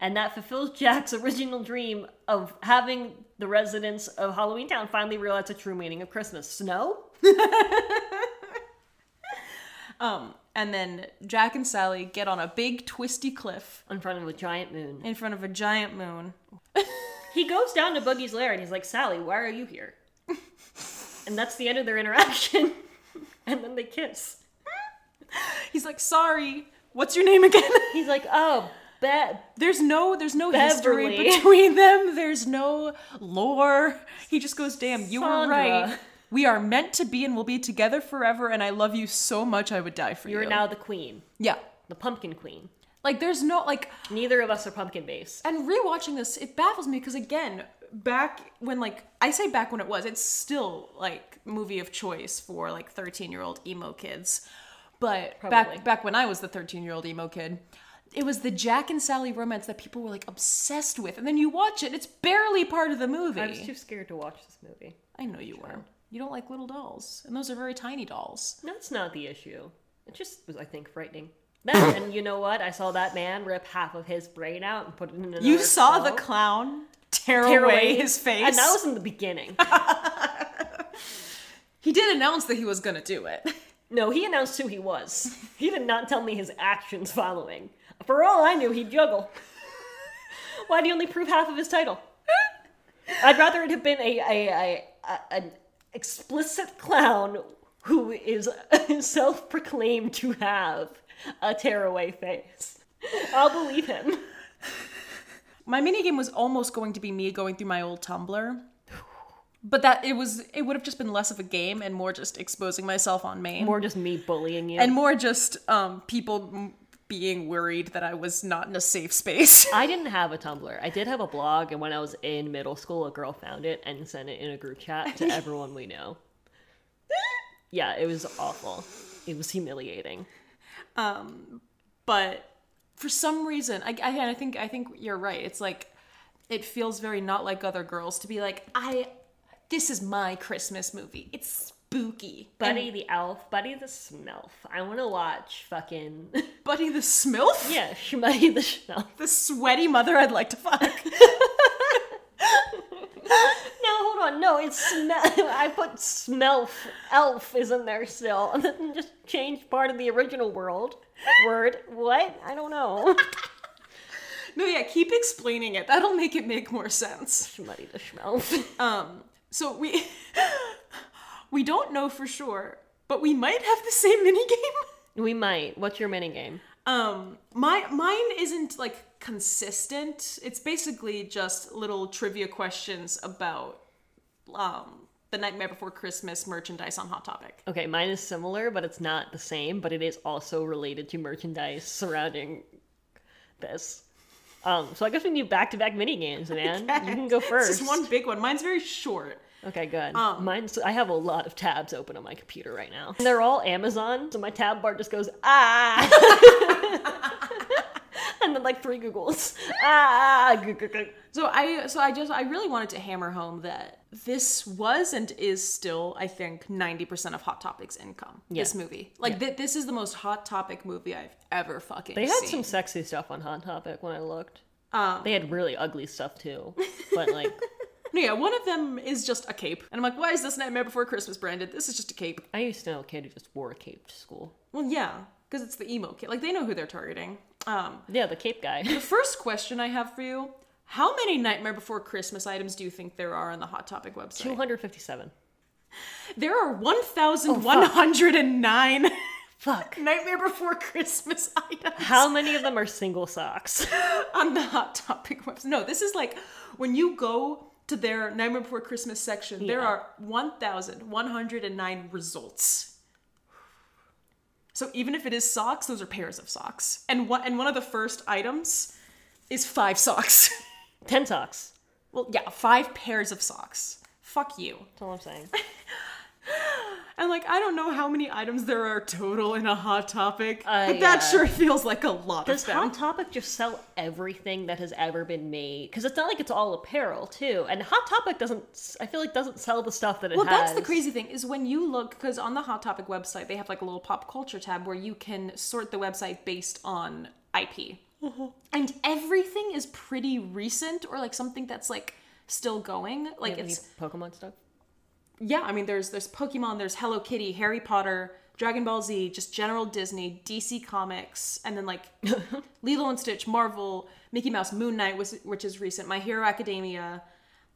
and that fulfills Jack's <laughs> original dream of having the residents of Halloween Town finally realize the true meaning of Christmas. Snow? Um, And then Jack and Sally get on a big twisty cliff In front of a giant moon. in front of a giant moon. He goes down to Buggy's lair and he's like, Sally, why are you here? and that's the end of their interaction. <laughs> and then they kiss. He's like, "Sorry, what's your name again?" <laughs> He's like, oh, bet. there's no there's no history Beverly. between them. There's no lore. He just goes, "Damn, you were Sandra. right. We are meant to be and we'll be together forever and I love you so much I would die for you." You're now the queen, Yeah. the pumpkin queen. Like there's no like Neither of us are pumpkin based. and rewatching this it baffles me because again, back when like I say back when it was, it's still like movie of choice for like 13-year-old emo kids. But Probably. back back when I was the 13-year-old emo kid, it was the Jack and Sally romance that people were like obsessed with. And then you watch it, it's barely part of the movie. I was too scared to watch this movie. I know you were. You don't like little dolls, and those are very tiny dolls. That's not the issue. It just was, I think, frightening. That, and you know what? I saw that man rip half of his brain out and put it in another. You saw the cell. clown tear, Tear away his face. and that was in the beginning. he did announce that he was gonna do it. <laughs> No, he announced who he was. He did not tell me his actions following. For all I knew, he'd juggle. <laughs> Why'd he only prove half of his title? <laughs> I'd rather it have been a, a, a, a an explicit clown who is <laughs> self proclaimed to have a tearaway face. I'll believe him. my minigame was almost going to be me going through my old Tumblr. But that it was it would have just been less of a game and more just exposing myself on main. More just me bullying you. and more just um people m- being worried that I was not in a safe space. <laughs> I didn't have a Tumblr. I did have a blog, and when I was in middle school, a girl found it and sent it in a group chat <laughs> to everyone we know. Yeah, it was awful. It was humiliating. Um, but for some reason I, I I think I think you're right. It's like it feels very not like other girls to be like I this is my Christmas movie. It's spooky. And Buddy the elf, Buddy the smelf. I want to watch fucking Buddy the Smilf, <laughs> yeah, Shmuddy the smelf. the sweaty mother I'd like to fuck. No, hold on. No, it's smell. <laughs> I put smelf. Elf is in there still, <laughs> and then just changed part of the original world word. What? I don't <laughs> know. no, yeah, keep explaining it. That'll make it make more sense. Shmuddy the smelf. Um, so we <laughs> we don't know for sure, but we might have the same <laughs> minigame. We might. What's your mini game? Um, my mine isn't like consistent. It's basically just little trivia questions about um the Nightmare Before Christmas merchandise on Hot Topic. Okay, mine is similar, but it's not the same, but it is also related to merchandise surrounding this. Um, so I guess we need back-to-back mini games, man. You can <laughs> go first. This is one Um, big one. Mine's very short. Okay, good. Mine's I have a lot of tabs open on my computer right now. And they're all Amazon, so my tab bar just goes ah. <laughs> and then like three Googles. Ah. gu- gu- gu. So I so I just I really wanted to hammer home that this was and is still I think 90% of Hot Topic's income. This Yeah. movie. Like thi- this is the most Hot Topic movie I've ever fucking They had seen. some sexy stuff on Hot Topic when I looked. Um, They had really ugly stuff too, but like No, yeah, one of them is just a cape. And I'm like, why is this Nightmare Before Christmas branded? This is just a cape. I used to know a kid who just wore a cape to school. Well, yeah, because it's the emo kid. Like, they know who they're targeting. Um, Yeah, the cape <laughs> guy. <laughs> the first question I have for you How many Nightmare Before Christmas items do you think there are on the Hot Topic website? 257. There Oh, are 1,109 Fuck. Nightmare Before Christmas <laughs> items How many of them are single socks? <laughs> on the Hot Topic website. No, this is like when you go to their Nightmare Before Christmas section, there Yeah. are 1,109 results. So even if it is socks, those are pairs of socks. And one and one of the first items is five socks. <laughs> 10 socks. well, yeah, five pairs of socks. Fuck you. That's all I'm saying. And like I don't know how many items there are total in a hot topic, Uh, but that yeah. sure feels like a lot <laughs> Does of them. Hot Topic just sell everything that has ever been made? Because it's not like it's all apparel too, and Hot Topic doesn't. I feel like doesn't sell the stuff that it Well, has. that's the crazy thing is when you look because on the Hot Topic website they have like a little pop culture tab where you can sort the website based on IP, and everything is pretty recent or like something that's like still going. Like Like it's Pokemon stuff. yeah, I mean there's there's Pokemon, there's Hello Kitty, Harry Potter, Dragon Ball Z, just general Disney, DC Comics, and then <laughs> like Lilo and Stitch, Marvel, Mickey Mouse, Moon Knight, which, which is recent, My Hero Academia,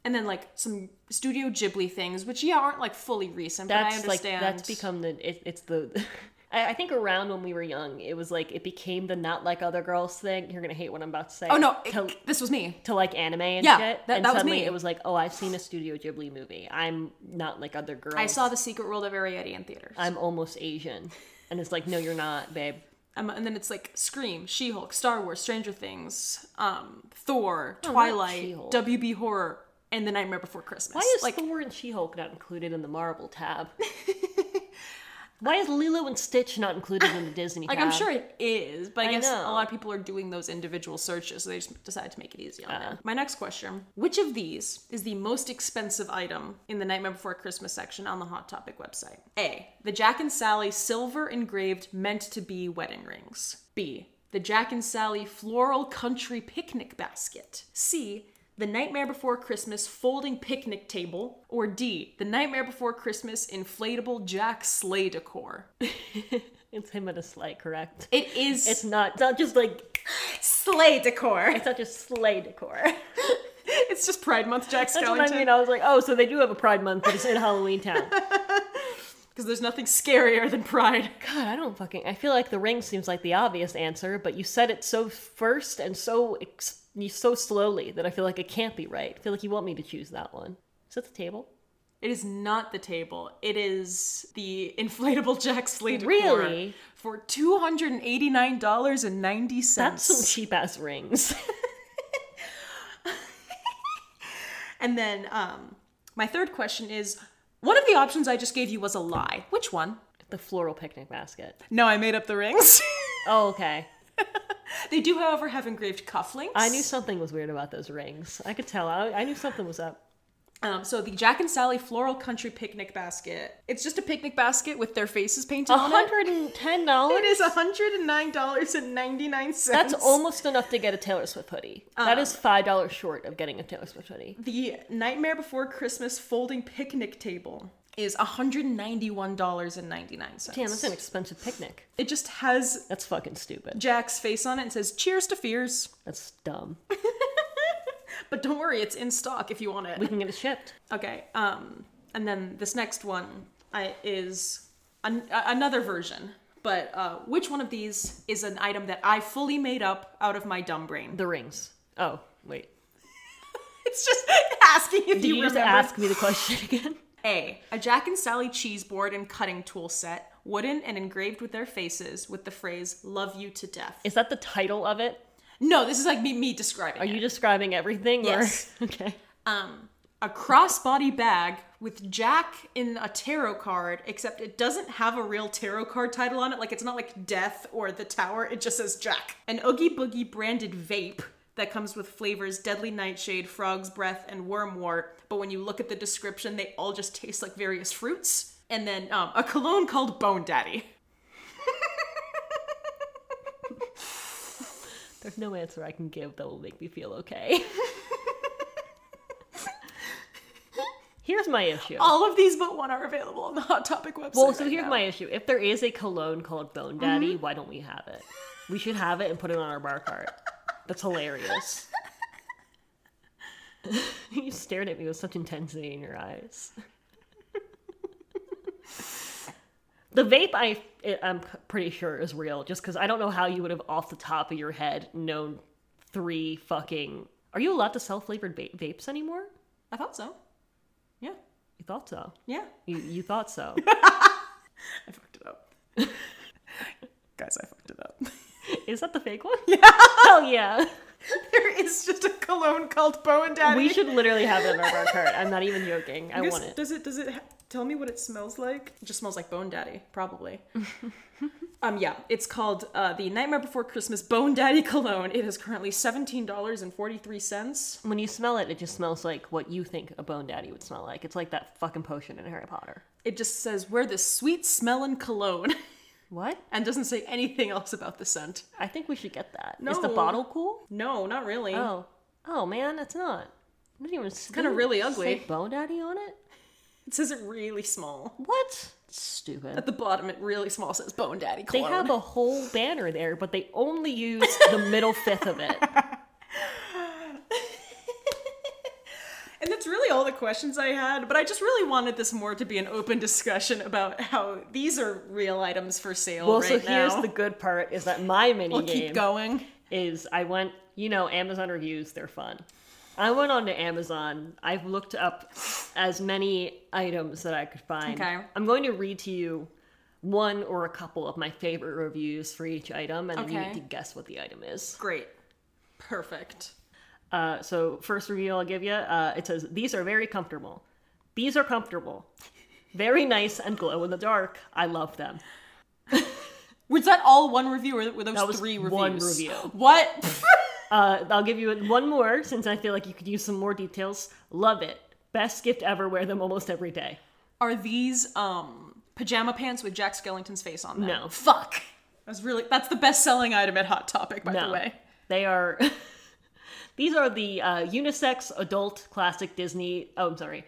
and then like some Studio Ghibli things, which yeah aren't like fully recent, That's but I understand. like that's become the. It, it's the. <laughs> I, I think around when we were young, it was like it became the not like other girls thing. You're gonna hate what I'm about to say. oh no, it- To, this was me. to like anime and Yeah, shit, that- and that was suddenly me. it was like, oh, I've seen a Studio Ghibli movie. I'm not like other girls. I saw The Secret World of Ariadne in theaters, I'm almost Asian, and it's like, no, you're not, <laughs> babe. um, and then it's like Scream, She Hulk, Star Wars, Stranger Things, um, Thor, Twilight, Oh, She-Hulk. WB Horror, and The Nightmare Before Christmas. Why is like Thor and She-Hulk not included in the Marvel <laughs> tab? Why is Lilo and Stitch not included in the Disney Like tab? I'm sure it is, but I, I guess know. a lot of people are doing those individual searches, so they just decided to make it easy on them. My next question: Which of these is the most expensive item in the Nightmare Before Christmas section on the Hot Topic website? A. The Jack and Sally silver engraved meant to be wedding rings. B. The Jack and Sally floral country picnic basket. C. The Nightmare Before Christmas folding picnic table. Or D. The Nightmare Before Christmas inflatable Jack sleigh decor. It's him and a sleigh, correct? It is. It's not. It's not just like. sleigh decor. It's not just sleigh decor. <laughs> <laughs> It's just Pride Month Jack That's what Skellington. I mean. I was like, oh, so they do have a Pride Month, but it's in Halloween Town. Because there's nothing scarier than Pride. God, I don't fucking. I feel like the ring seems like the obvious answer, but you said it so first and so ex- you so slowly that I feel like it can't be right. I feel like you want me to choose that one. Is that the table? It is not the table. It is the inflatable Jack sleigh decor. Really? For two hundred and eighty nine dollars and ninety That's some cents. cheap ass rings. <laughs> And then um, my third question is: One of the options I just gave you was a lie. Which one? the floral picnic basket. No, I made up the <laughs> rings. Oh, okay. they do, however, have engraved cufflinks. I knew something was weird about those rings. I could tell. I, I knew something was up. Um, so the Jack and Sally floral country picnic basket. It's just a picnic basket with their faces painted on it. hundred and ten dollars. It is $109.99. <laughs> That's almost enough to get a Taylor Swift hoodie. that is five dollars short of getting a Taylor Swift hoodie. The Nightmare Before Christmas folding picnic table is $191.99. Damn, that's an expensive picnic. It just has That's fucking stupid. Jack's face on it and says, Cheers to fears. That's dumb. But don't worry, it's in stock if you want We it. <laughs> can get it shipped. Okay, um, and then this next one I, is an, a- another version. But uh, which one of these is an item that I fully made up out of my dumb brain? The rings. Oh wait. It's just <laughs> asking if Did you, you, just remember. ask me the question <laughs> again? A. A Jack and Sally cheese board and cutting tool set, wooden and engraved with their faces, with the phrase "Love you to death." Is that the title of it? No, this is like me, me describing. Are it. you describing everything? Yes. Or... <laughs> Okay. Um, a crossbody bag with Jack in a tarot card, except it doesn't have a real tarot card title on it. Like it's not like Death or the Tower. It just says Jack. An Oogie Boogie branded vape that comes with flavors Deadly Nightshade, Frog's Breath, and Wormwort. But when you look at the description, they all just taste like various fruits. And then um, a cologne called Bone Daddy. <laughs> There's no answer I can give that will make me feel <laughs> okay. here's my issue. All of these but one are available on the Hot Topic website. well, so right here's now. my issue. If there is a cologne called Bone Daddy, why don't we have it? We should have it and put it on our bar cart. That's hilarious. <laughs> you stared at me with such intensity in your eyes. The vape, I it, I'm c- pretty sure is real, just because I don't know how you would have off the top of your head known three fucking. Are you allowed to sell flavored va- vapes anymore? I thought so. Yeah. You thought so. Yeah. You you thought so. I fucked it <laughs> up. Guys, I fucked it up. <laughs> is that the fake one? Yeah. Hell yeah. there is just a cologne called Bow and Daddy. We should literally have it in our bar cart. I'm not even joking. I Does- want it. Does it? Does it? ha- Tell me what it smells like. It just smells like Bone Daddy, <laughs> probably. um, yeah, it's called uh, the Nightmare Before Christmas Bone Daddy Cologne. It is currently seventeen dollars and forty three cents. When you smell it, it just smells like what you think a bone daddy would smell like. It's like that fucking potion in Harry Potter. It just says wear this sweet smelling cologne, <laughs> What? and doesn't say anything else about the scent. I think we should get that. Is the No. bottle cool? No, not really. Oh, oh man, it's not. I didn't even. It's kinda really ugly. Bone daddy on it? It says it really small. What? Stupid. At the bottom, it really small says Bone Daddy They Cologne. have a whole banner there, but they only use the middle fifth <laughs> of it. And that's really all the questions I had, but I just really wanted this more to be an open discussion about how these are real items for sale Well, right so here's now. the good part is that my mini we'll game keep going. is I went, you know, Amazon reviews, they're fun. I went onto Amazon. I've looked up as many items that I could find. Okay. I'm going to read to you one or a couple of my favorite reviews for each item, and then you Okay. need to guess what the item is. Great. Perfect. Uh, so first review I'll give you, uh, it says these are very comfortable. These are comfortable, very nice and glow in the dark. I love them. Was that all one review or were those That was three reviews? one review. What? Uh, I'll give you one more since I feel like you could use some more details. Love it. Best gift ever. Wear them almost every day. <laughs> are these um pajama pants with Jack Skellington's face on them? No. Fuck. That's really that's the best selling item at Hot Topic, by No. the way. They are. <laughs> These are the uh, unisex adult classic Disney. Oh, I'm sorry.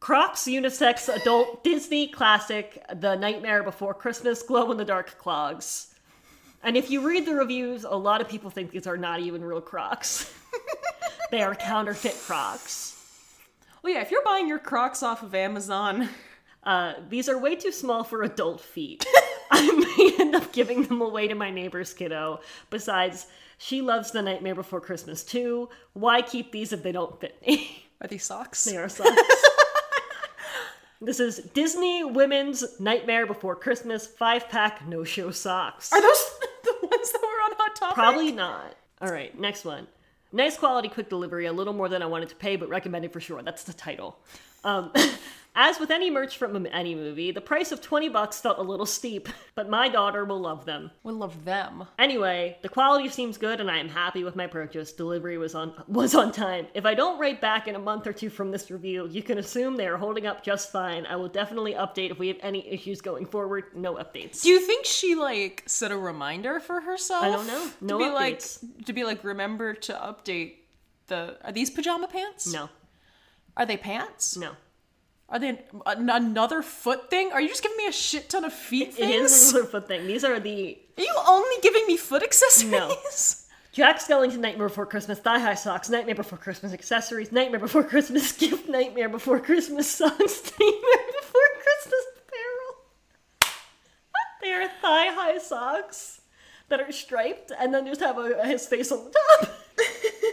Crocs unisex adult <laughs> Disney classic The Nightmare Before Christmas glow in the dark clogs. And if you read the reviews, a lot of people think these are not even real Crocs. <laughs> they are counterfeit Crocs. Well yeah, if you're buying your crocs off of Amazon, <laughs> Uh, these are way too small for adult feet. <laughs> I may end up giving them away to my neighbor's kiddo. Besides, she loves The Nightmare Before Christmas too. Why keep these if they don't fit me? <laughs> are these socks? they are socks. this is Disney Women's Nightmare Before Christmas five pack no show socks. Are those <laughs> the ones that were on Hot Topic? Probably not. All right, next one. Nice quality, quick delivery, a little more than I wanted to pay, but recommended for sure. That's the title. Um, <laughs> as with any merch from any movie, the price of 20 bucks felt a little steep, but my daughter will love them. We love them. Anyway, the quality seems good and I am happy with my purchase. Delivery was on was on time. If I don't write back in a month or two from this review, you can assume they are holding up just fine. I will definitely update if we have any issues going forward. No updates. Do you think she like set a reminder for herself? I don't know. No to be updates. like to be like remember to update the are these pajama pants? No. Are they pants? No. Are they an- another foot thing? Are you just giving me a shit ton of feet It things? is another foot thing. These are the Are you only giving me foot accessories? Jack Skellington Nightmare Before Christmas, Thigh High Socks, Nightmare Before Christmas Accessories, Nightmare Before Christmas <laughs> Gift, Nightmare Before Christmas Socks, <laughs> Nightmare Before Christmas Apparel. they are thigh high socks that are striped and then just have a, his face on the top. <laughs>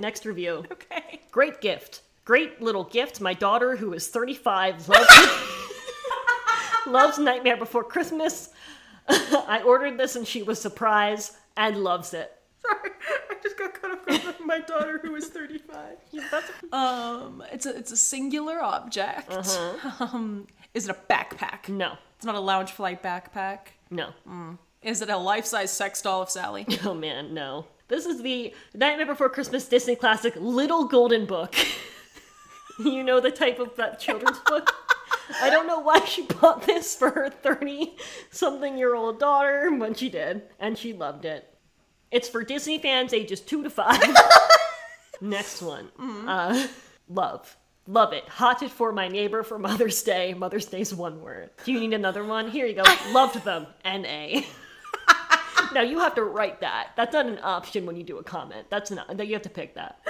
Next review. <laughs> Okay. Great gift. Great little gift. My daughter, who is 35, loves, <laughs> loves Nightmare Before Christmas. <laughs> I ordered this and she was surprised and loves it. Sorry, I just got caught off guard with <laughs> my daughter who is 35. Um, it's a it's a singular object. Uh-huh. <laughs> Um, is it a backpack? No, It's not a lounge flight backpack. no. Is it a life size sex doll of Sally? <laughs> Oh man, no. This is the Nightmare Before Christmas Disney classic Little Golden Book. <laughs> you know the type of that children's book? I don't know why she bought this for her 30 something year old daughter, but she did, and she loved it. It's for Disney fans ages 2 to 5. Next one. Uh, love. Love it. Hot it for my neighbor for Mother's Day. Mother's Day's one word. Do you need another one? Here you go. Loved them. N.A. now you have to write that. That's not an option when you do a comment. That's not, that you have to pick that.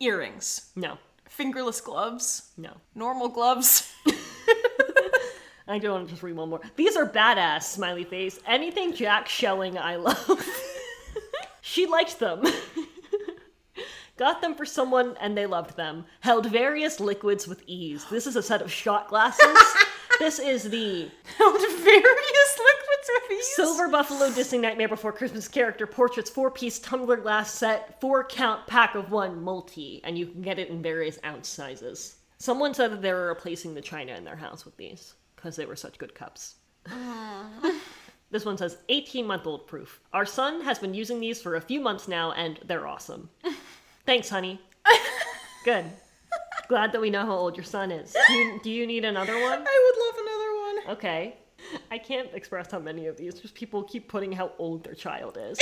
Earrings, No. fingerless gloves, No. normal gloves. <laughs> I do want to just read one more. These are badass, smiley face. Anything Jack Shelling, I love. <laughs> she liked them. <laughs> Got them for someone and they loved them. Held various liquids with ease. This is a set of shot glasses. this is the Found various liquids reviews. Silver Buffalo Disney Nightmare Before Christmas character portraits four piece tumbler glass set, four count pack of one multi, and you can get it in various ounce sizes. Someone said that they were replacing the china in their house with these because they were such good cups. <laughs> this one says 18 month old proof. Our son has been using these for a few months now, and they're awesome. Thanks, honey. Good. Glad that we know how old your son is. Do you, do you need another one? I would love another one. Okay. I can't express how many of these. Just people keep putting how old their child is.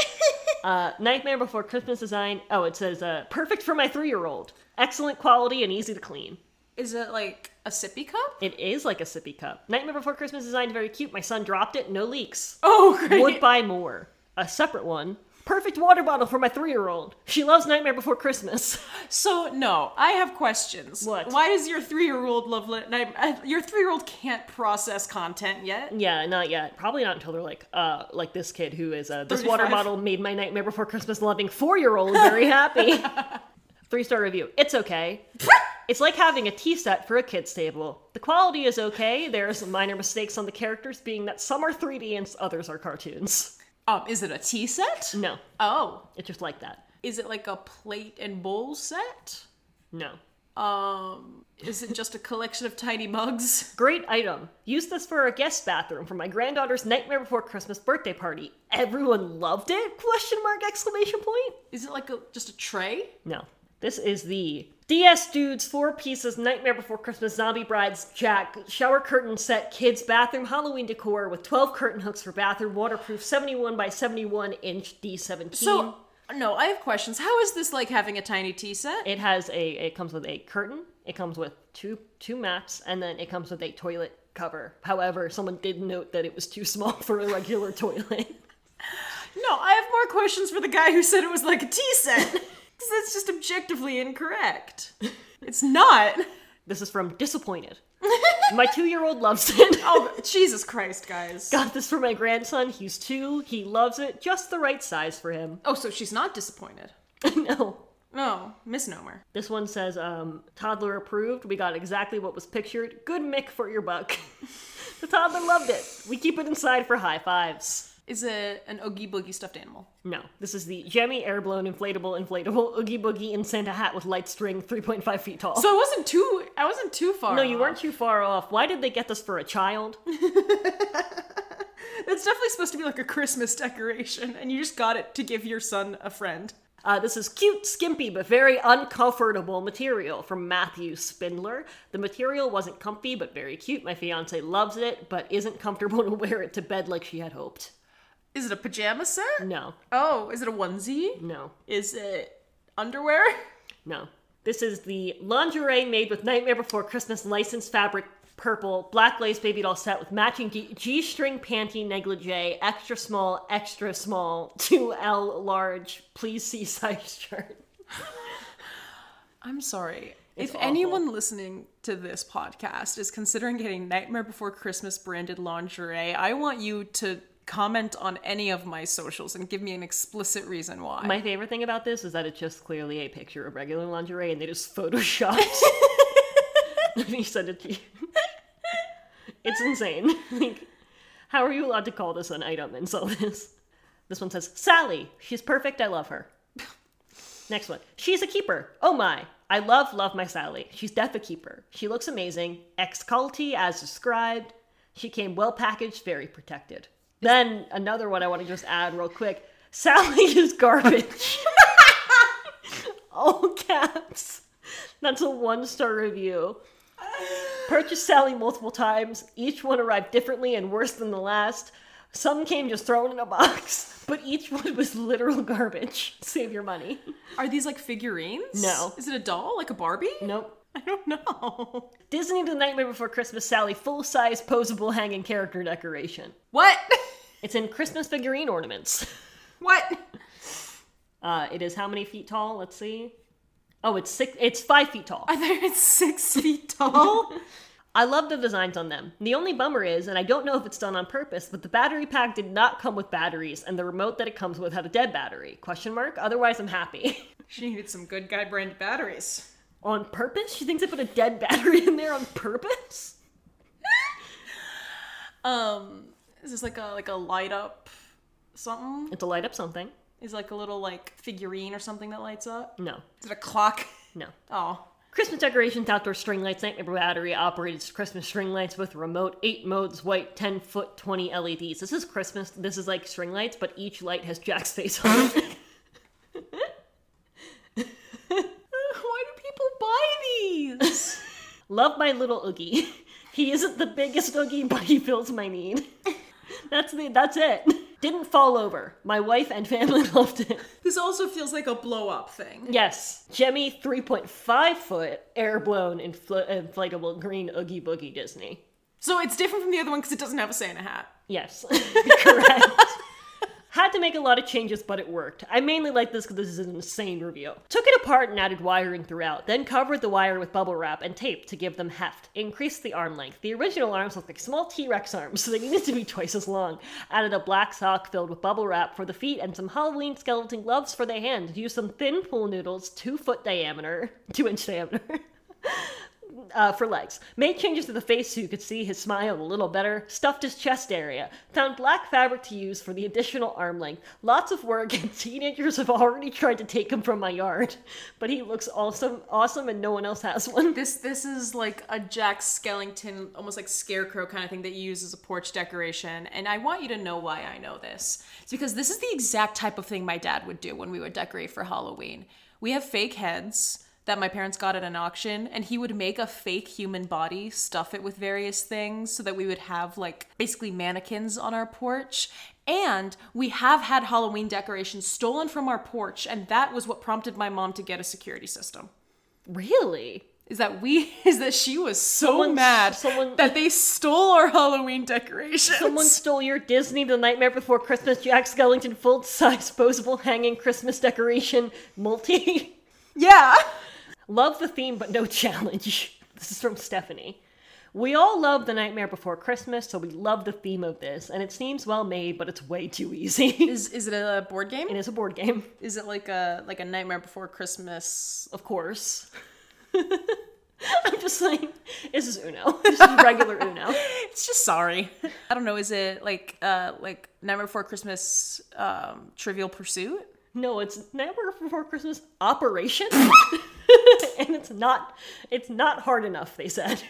uh, Nightmare Before Christmas design. Oh, it says uh, perfect for my three-year-old. Excellent quality and easy to clean. Is it like a sippy cup? It is like a sippy cup. Nightmare Before Christmas design. Very cute. My son dropped it. No leaks. <laughs> Oh, great. Would buy more. A separate one. Perfect water bottle for my three-year-old. She loves Nightmare Before Christmas. <laughs> So no, I have questions. What? Why does your three-year-old love li- and I- I- your three-year-old can't process content yet? Yeah, not yet. Probably not until they're like, uh, like this kid who is uh, this 35. water bottle made my Nightmare Before Christmas loving four year old very happy. Three star review. It's okay. it's like having a tea set for a kid's table. The quality is okay. There's minor mistakes on the characters, being that some are 3D and others are cartoons. Um, is it a tea set? No, Oh, it's just like that. is it like a plate and bowl set? No. Um, is it just a collection of tiny mugs? Great item. Use this for a guest bathroom for my granddaughter's Nightmare Before Christmas birthday party. Everyone loved it? Question mark exclamation point. Is it like a just a tray? No. This is the DS Dudes Four Pieces Nightmare Before Christmas Zombie Brides Jack Shower Curtain Set Kids Bathroom Halloween Decor with 12 curtain hooks for bathroom, waterproof 71 by 71 inch D17. So no, I have questions. How is this like having a tiny tea set? it has a it comes with a curtain, it comes with two two mats, and then it comes with a toilet cover. However, someone did note that it was too small <laughs> for a regular toilet. No, I have more questions for the guy who said it was like a tea set. <laughs> Because that's just objectively incorrect. It's not. This is from Disappointed. My two year old loves it. Oh, Jesus Christ, guys. Got this for my grandson. He's two. He loves it. Just the right size for him. <laughs> Oh, so she's not disappointed. no. No, misnomer. This one says, um, toddler approved. We got exactly what was pictured. Good mick for your buck. <laughs> the toddler loved it. We keep it inside for high fives. Is it an oogie boogie stuffed animal? No. This is the Jemmy Airblown Inflatable Inflatable Oogie Boogie in Santa Hat with light string, 3.5 feet tall. So I wasn't too. I wasn't too far. no, you off. weren't too far off. Why did they get this for a child? It's definitely supposed to be like a Christmas decoration, and you just got it to give your son a friend. Uh, this is cute, skimpy, but very uncomfortable material from Matthew Spindler. The material wasn't comfy, but very cute. My fiance loves it, but isn't comfortable <laughs> to wear it to bed like she had hoped. Is it a pajama set? No, Oh, is it a onesie? no, Is it underwear? no. This is the lingerie made with Nightmare Before Christmas licensed fabric, purple, black lace baby doll set with matching G- G-string panty negligee, extra small, extra small, <laughs> 2L large, please see size chart. I'm sorry. if awful. anyone listening to this podcast is considering getting Nightmare Before Christmas branded lingerie, I want you to comment on any of my socials and give me an explicit reason why. My favorite thing about this is that it's just clearly a picture of regular lingerie and they just photoshopped. <laughs> Let me send it to you. <laughs> It's insane. <laughs> Like, how are you allowed to call this an item and sell this? This one says, Sally, she's perfect, I love her. Next one. She's a keeper. Oh my. I love, love my Sally. She's def a keeper. She looks amazing. Ex culty as described. She came well packaged, very protected. Then another one I want to just add real quick. Sally <laughs> is garbage. <laughs> All caps. That's a one star review. Purchased Sally multiple times. Each one arrived differently and worse than the last. Some came just thrown in a box, <laughs> but each one was literal garbage. Save your money. Are these like figurines? No. Is it a doll? Like a <laughs> Barbie? Nope. I don't know. Disney The Nightmare Before Christmas Sally full size posable hanging character decoration. What? <laughs> It's in Christmas figurine ornaments. <laughs> what? Uh, it is how many feet tall? Let's see. Oh, it's six. It's five feet tall. I think it's <laughs> six feet tall. I love the designs on them. The only bummer is, and I don't know if it's done on purpose, but the battery pack did not come with batteries, and the remote that it comes with had a dead battery. Question mark. Otherwise, I'm happy. <laughs> she needed some good guy brand batteries. on purpose? She thinks I put a <laughs> dead battery in there on purpose? Um, Is this like a like a light up something? It's a light up something. Is it like a little like figurine or something that lights up? No, Is it a clock? no. Oh. Christmas decorations, outdoor string lights, nightmare battery operated Christmas string lights with remote, eight modes, white, 10 foot, 20 LEDs. This is Christmas. This is like string lights, but each light has Jack's face on it. <laughs> Why do people buy these? <laughs> Love my little Oogie. <laughs> He isn't the biggest Oogie, but he fills my need. <laughs> That's the, that's it. Didn't fall over. My wife and family <laughs> loved it. this also feels like a blow up thing. Yes, Jemmy 3.5 foot airblown infl- inflatable green Oogie Boogie Disney. So it's different from the other one because it doesn't have a Santa hat. Yes, correct. Had to make a lot of changes, but it worked. I mainly like this because this is an insane review. Took it apart and added wiring throughout, then covered the wire with bubble wrap and tape to give them heft. Increased the arm length. The original arms looked like small T Rex arms, <laughs> so they needed to be twice as long. Added a black sock filled with bubble wrap for the feet and some Halloween skeleton gloves for the hand. Used some thin pool noodles, two foot diameter, <laughs> two inch diameter. uh, for legs. Made changes to the face so you could see his smile a little better. Stuffed his chest area. Found black fabric to use for the additional arm length. Lots of work, and <laughs> teenagers have already tried to take him from my yard. But he looks awesome, awesome, and no one else has <laughs> one. <laughs> This this is like a Jack Skellington, almost like scarecrow kind of thing that you use as a porch decoration. And I want you to know why I know this. It's because this is the exact type of thing my dad would do when we would decorate for Halloween. We have fake heads that my parents got at an auction, and he would make a fake human body, stuff it with various things, so that we would have like basically mannequins on our porch. And we have had Halloween decorations stolen from our porch, and that was what prompted my mom to get a security system Really? is that we <laughs> is that she was so Someone- mad someone- that they stole our Halloween decorations. Someone stole your Disney The Nightmare Before Christmas Jack Skellington full size posable hanging Christmas decoration multi. <laughs> <laughs> yeah. Love the theme, but no <laughs> challenge. This is from Stephanie. We all love The Nightmare Before Christmas, so we love the theme of this, and it seems well made, but it's way too easy. <laughs> Is is it a board it game? is a board game, Is it like a like a Nightmare Before Christmas? of course. <laughs> I'm just like, this is Uno. <laughs> This is regular Uno. It's just sorry. <laughs> I don't know. Is it like uh like Nightmare Before Christmas um Trivial Pursuit? No, it's Nightmare Before Christmas Operation, <laughs> and it's not. It's not hard enough. They said.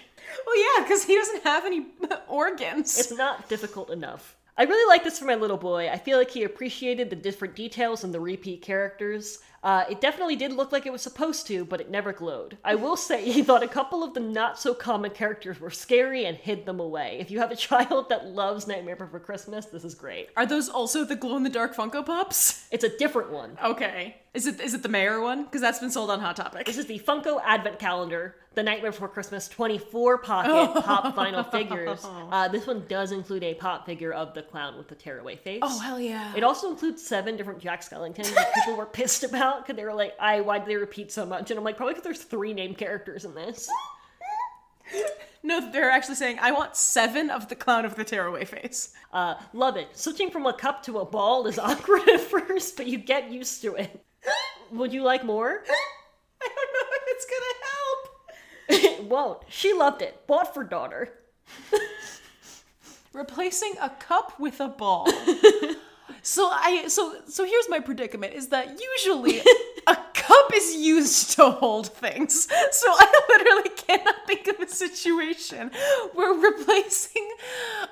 Well, yeah, because he doesn't have any <laughs> organs. It's not difficult enough. I really like this for my little boy. I feel like he appreciated the different details and the repeat characters. Uh, it definitely did look like it was supposed to, but it never glowed. I will say <laughs> he thought a couple of the not so common characters were scary and hid them away. If you have a child that loves Nightmare Before Christmas, this is great. Are those also the glow in the dark Funko Pops? It's a different one. Okay. Is it is it the mayor one? Because that's been sold on Hot Topic. This is the Funko Advent Calendar, the Nightmare Before Christmas 24 pocket pop vinyl figures. Uh, this one does include a pop figure of the clown with the tearaway face. Oh hell yeah. It also includes seven different Jack <laughs> Skellingtons that people were pissed about because they were like, "I why do they repeat so much?" And I'm like, probably because there's three named characters <laughs> in this. No, they're actually saying, I want seven of the clown of the tearaway face. <laughs> Uh, love it. Switching from a cup to a ball is <laughs> awkward at first, but you get used <laughs> to it. Would you like more? I don't know if it's gonna help. it won't. She loved it. Bought for daughter. <laughs> Replacing a cup with a ball. so I so so here's my predicament is that usually a cup is used to hold things. So I <laughs> literally cannot think of a situation where replacing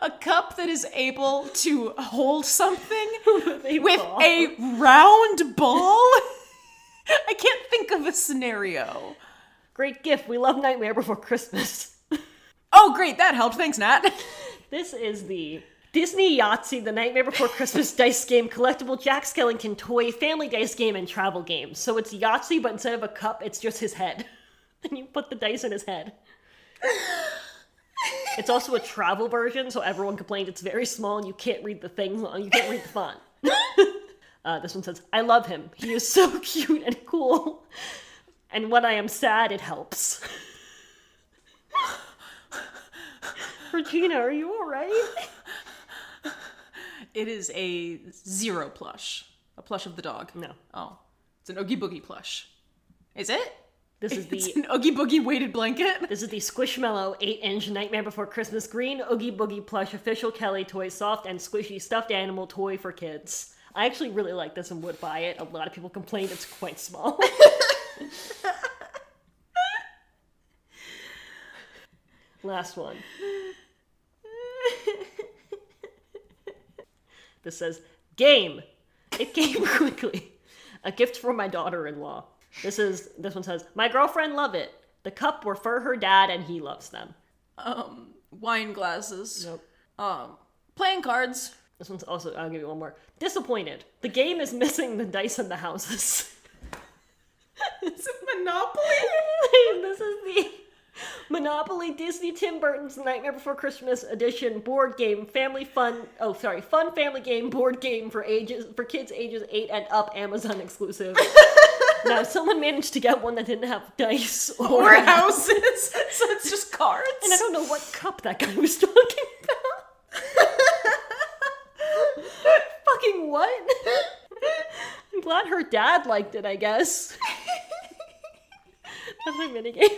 a cup that is able to hold something They with bought. a round ball. <laughs> I can't think of a scenario. great gift. We love Nightmare Before Christmas. <laughs> Oh, great, that helped. Thanks, Nat. <laughs> This is the Disney Yahtzee, the Nightmare Before Christmas dice game, collectible Jack Skellington toy, family dice game, and travel game. So it's Yahtzee, but instead of a cup, it's just his head. <laughs> And you put the dice in his head. It's also a travel version, so everyone complained it's very small and you can't read the things. You can't read the font. <laughs> Uh, this one says, "I love him. He is so <laughs> cute and cool, and when I am sad, it helps." <laughs> Regina, are you all right? It is a zero plush, a plush of the dog. No. Oh, it's an Oogie Boogie plush. Is it? This is It's the an Oogie Boogie weighted blanket. <laughs> this is the Squishmallow 8-inch Nightmare Before Christmas green Oogie Boogie plush official Kelly toy soft and squishy stuffed animal toy for kids. I actually really like this and would buy it. A lot of people complain it's quite small. <laughs> Last one. This says, Game! It came <laughs> quickly. A gift for my daughter in law. This is this one says, My girlfriend love it. The cup were for her dad and he loves them. Um, <laughs> wine glasses. Nope. Um, playing cards. This one's also I'll give you one more. Disappointed. The game is missing the dice and the houses. <laughs> It's a Monopoly. <laughs> this is the Monopoly Disney Tim Burton's Nightmare Before Christmas edition board game family fun oh sorry fun family game board game for ages for kids ages 8 and up Amazon <laughs> exclusive. now if someone managed to get one that didn't have dice or, Or houses. <laughs> so it's just cards. and I don't know what cup that guy <laughs> was talking about. <laughs> Fucking what? I'm glad her dad liked it, I guess. That's my minigame.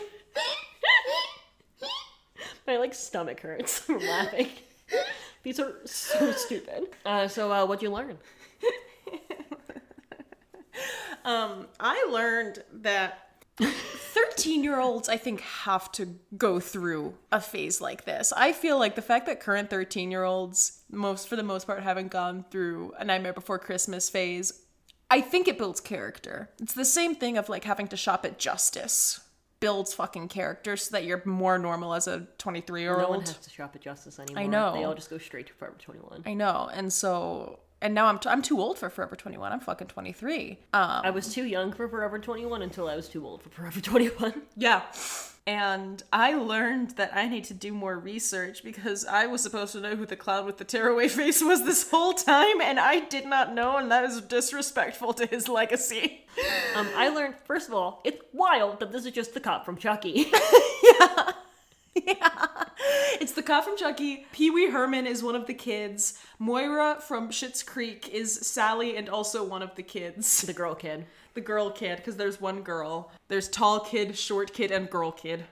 <laughs> My like stomach hurts <laughs> from laughing. These are so stupid. Uh, so uh, what'd you learn? Um, I learned that 13 year olds, I think, have to go through a phase like this. I feel like the fact that current 13 year olds, most for the most part, haven't gone through a Nightmare Before Christmas phase, I think it builds character. It's the same thing of like having to shop at Justice builds fucking character so that you're more normal as a 23 year No one old. has to shop at Justice anymore. know. They all just go straight to Forever 21. I know. And so, and now I'm, t- I'm too old for Forever 21. I'm fucking 23. Um, I was too young for Forever 21 until I was too old for Forever 21. Yeah. And I learned that I need to do more research because I was supposed to know who the clown with the tearaway <laughs> face was this whole time, and I did not know, and that is disrespectful to his legacy. Um, I learned first of all, it's wild that this is just the cop from Chucky. It's the cop from Chucky. Pee Wee Herman is one of the kids. Moira from Schitt's Creek is Sally and also one of the kids. the girl kid. The girl kid, because there's one girl. There's tall kid, short kid, and girl kid.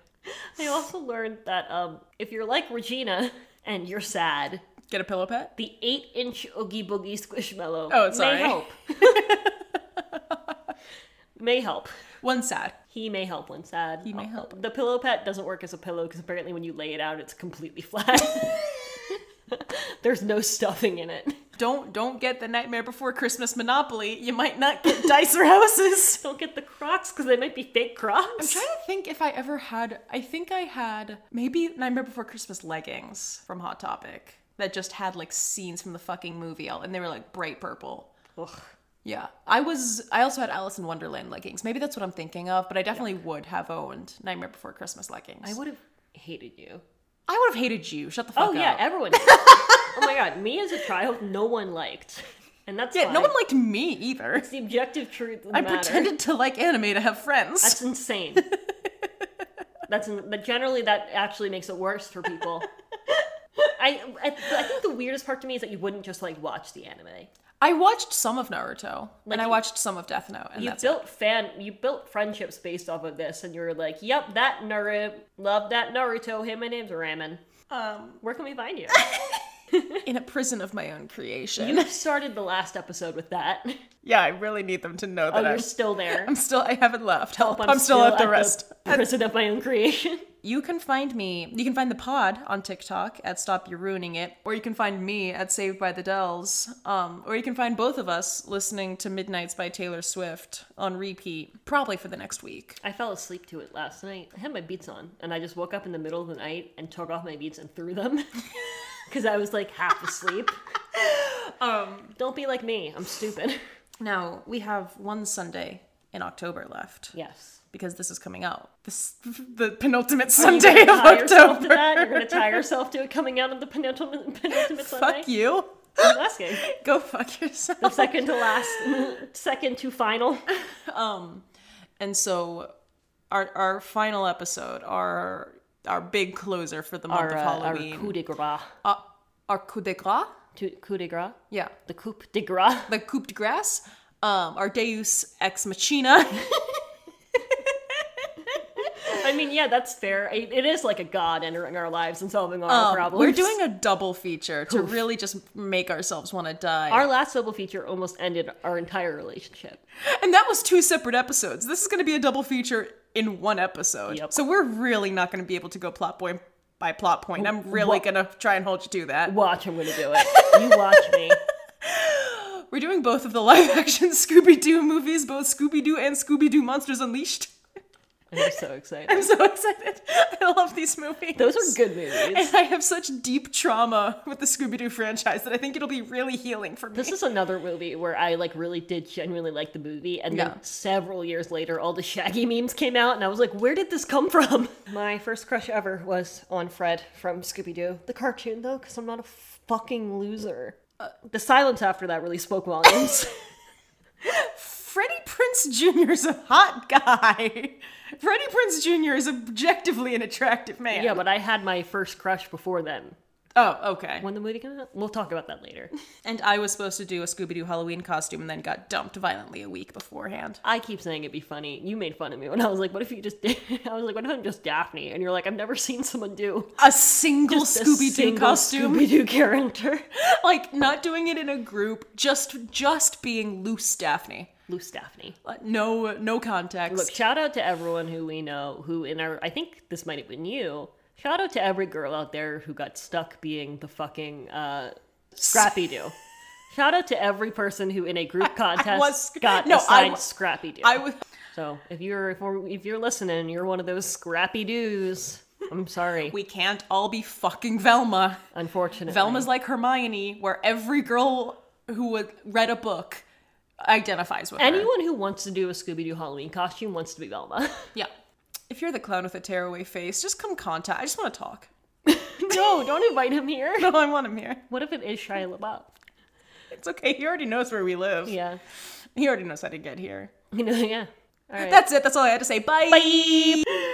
I also learned that um, if you're like Regina and you're sad, Get a pillow pet? the eight-inch Oogie Boogie Squishmallow Oh, sorry. may help. may help. One sad. He may help when sad. He may help. The pillow pet doesn't work as a pillow because apparently when you lay it out, it's completely <laughs> flat. There's no stuffing in it. don't don't get the Nightmare Before Christmas Monopoly. You might not get <laughs> dice or houses. Don't get the Crocs because they might be fake Crocs. I'm trying to think if I ever had. I think I had maybe Nightmare Before Christmas leggings from Hot Topic that just had like scenes from the fucking movie, all- and they were like bright purple. Ugh. Yeah, I was. I also had Alice in Wonderland leggings. Maybe that's what I'm thinking of, but I definitely would have owned Nightmare Before Christmas leggings. I I would have hated you. would have hated you. Shut the fuck Oh up. yeah, <laughs> everyone. did. oh my god, me as a child, no one liked, and that's Yeah, no fine. one liked me either. It's the objective truth. Of the I matter. pretended to like anime to have friends. that's <laughs> insane. that's in, but generally that actually makes it worse for people. I, I I think the weirdest part to me is that you wouldn't just like watch the anime. I watched some of Naruto, and I you- watched some of Death Note, and You that's built fan, you built friendships based off of this, and you're like, "Yep, that Naruto, love that Naruto. Him and name's Ramen. um, Where can we <laughs> find you?" in a prison of my own creation. you started the last episode with that. <laughs> yeah, I really need them to know that Oh, you're I'm, still there. <laughs> I'm still. I haven't left. Help! I'm, still, at the <laughs> <laughs> rest. prison of my own creation. You can find me. You can find the pod on TikTok at Stop You Ruining It, or you can find me at Saved by the Dells, um, or you can find both of us listening to Midnight's by Taylor Swift on repeat, probably for the next week. I fell asleep to it last night. I had my beats on, and I just woke up in the middle of the night and took off my beats and threw them <laughs> because I was like half asleep. <laughs> Um, Don't be like me. <laughs> I'm stupid. now we have one Sunday in October left. Yes. because this is coming out this <laughs> the Oh, penultimate Sunday of Tie yourself to October. that. You're gonna tie yourself to it coming out of the penultimate, <laughs> penultimate Sunday. Fuck you. <laughs> I'm asking. Go fuck yourself. The second to last, <laughs> second to final. And so, our our final episode, our our big closer for the month Our, of uh, our Halloween, coup de grace. our, our coup de grace. Tu- Coup de grace. Yeah, The coup de grace. the coup <laughs> de grace. Um, our Deus ex machina. mean, yeah, that's fair. It, it is like a god entering our lives and solving all our Um, problems. we're doing a double feature to really just make ourselves want to die. our last double feature almost ended our entire relationship. and that was two separate episodes. This is going to be a double feature in one episode. Yep. So we're really not going to be able to go plot point by plot point. I'm really going to try and hold you to that. Watch, I'm gonna do it. You watch <laughs> me. We're doing both of the live <laughs> action Scooby Doo movies, both Scooby Doo and Scooby Doo Monsters Unleashed. <laughs> I'm so excited. I'm so excited. I love these movies. Those are good movies. And I have such deep trauma with the Scooby Doo franchise that I think it'll be really healing for me. This is another movie where I like really did genuinely like the movie, and Yeah. then several years later, all the Shaggy memes came out, and I was like, "Where did this come from?" My first crush ever was on Fred from Scooby Doo, the cartoon, though, because I'm not a fucking loser. Uh, the silence after that really spoke volumes. Freddie Prince Jr. is a hot guy. <laughs> Freddie Prince Jr. is objectively an attractive man. yeah, but I had my first crush before then. oh, okay. When the movie came out, we'll talk about that later. And I was supposed to do a Scooby Doo Halloween costume and then got dumped violently a week beforehand. I keep saying it'd be funny. You made fun of me when I was like, "What if you just?" <laughs> Did? I was like, "What if I'm just Daphne?" And you're like, "I've never seen someone do A single a Scooby Doo single costume. Scooby-Doo <laughs> character. like not doing it in a group, just just being loose Daphne. Loose Daphne. Like, No no context. Look, shout out to everyone who we know who in our I think this might have been you. Shout out to every girl out there who got stuck being the fucking uh <laughs> Scrappy Doo. shout out to every person who in a group contest was- got no, I assigned wa- Scrappy Doo. I was so if you're if, we're, if you're listening, and you're one of those Scrappy Doos. I'm sorry. we can't all be fucking Velma. unfortunately, Velma's like Hermione, where every girl who would read a book identifies with her. anyone who wants to do a Scooby Doo Halloween costume wants to be Velma. <laughs> Yeah. If you're the clown with a tearaway face, just come contact. I just want to talk. no, don't invite him here. <laughs> No, I want him here. What if it is Shia LaBeouf? It's okay. He already knows where we live. Yeah. He already knows how to get here. You know, yeah. All right. That's it. That's all I had to say. Bye. Bye.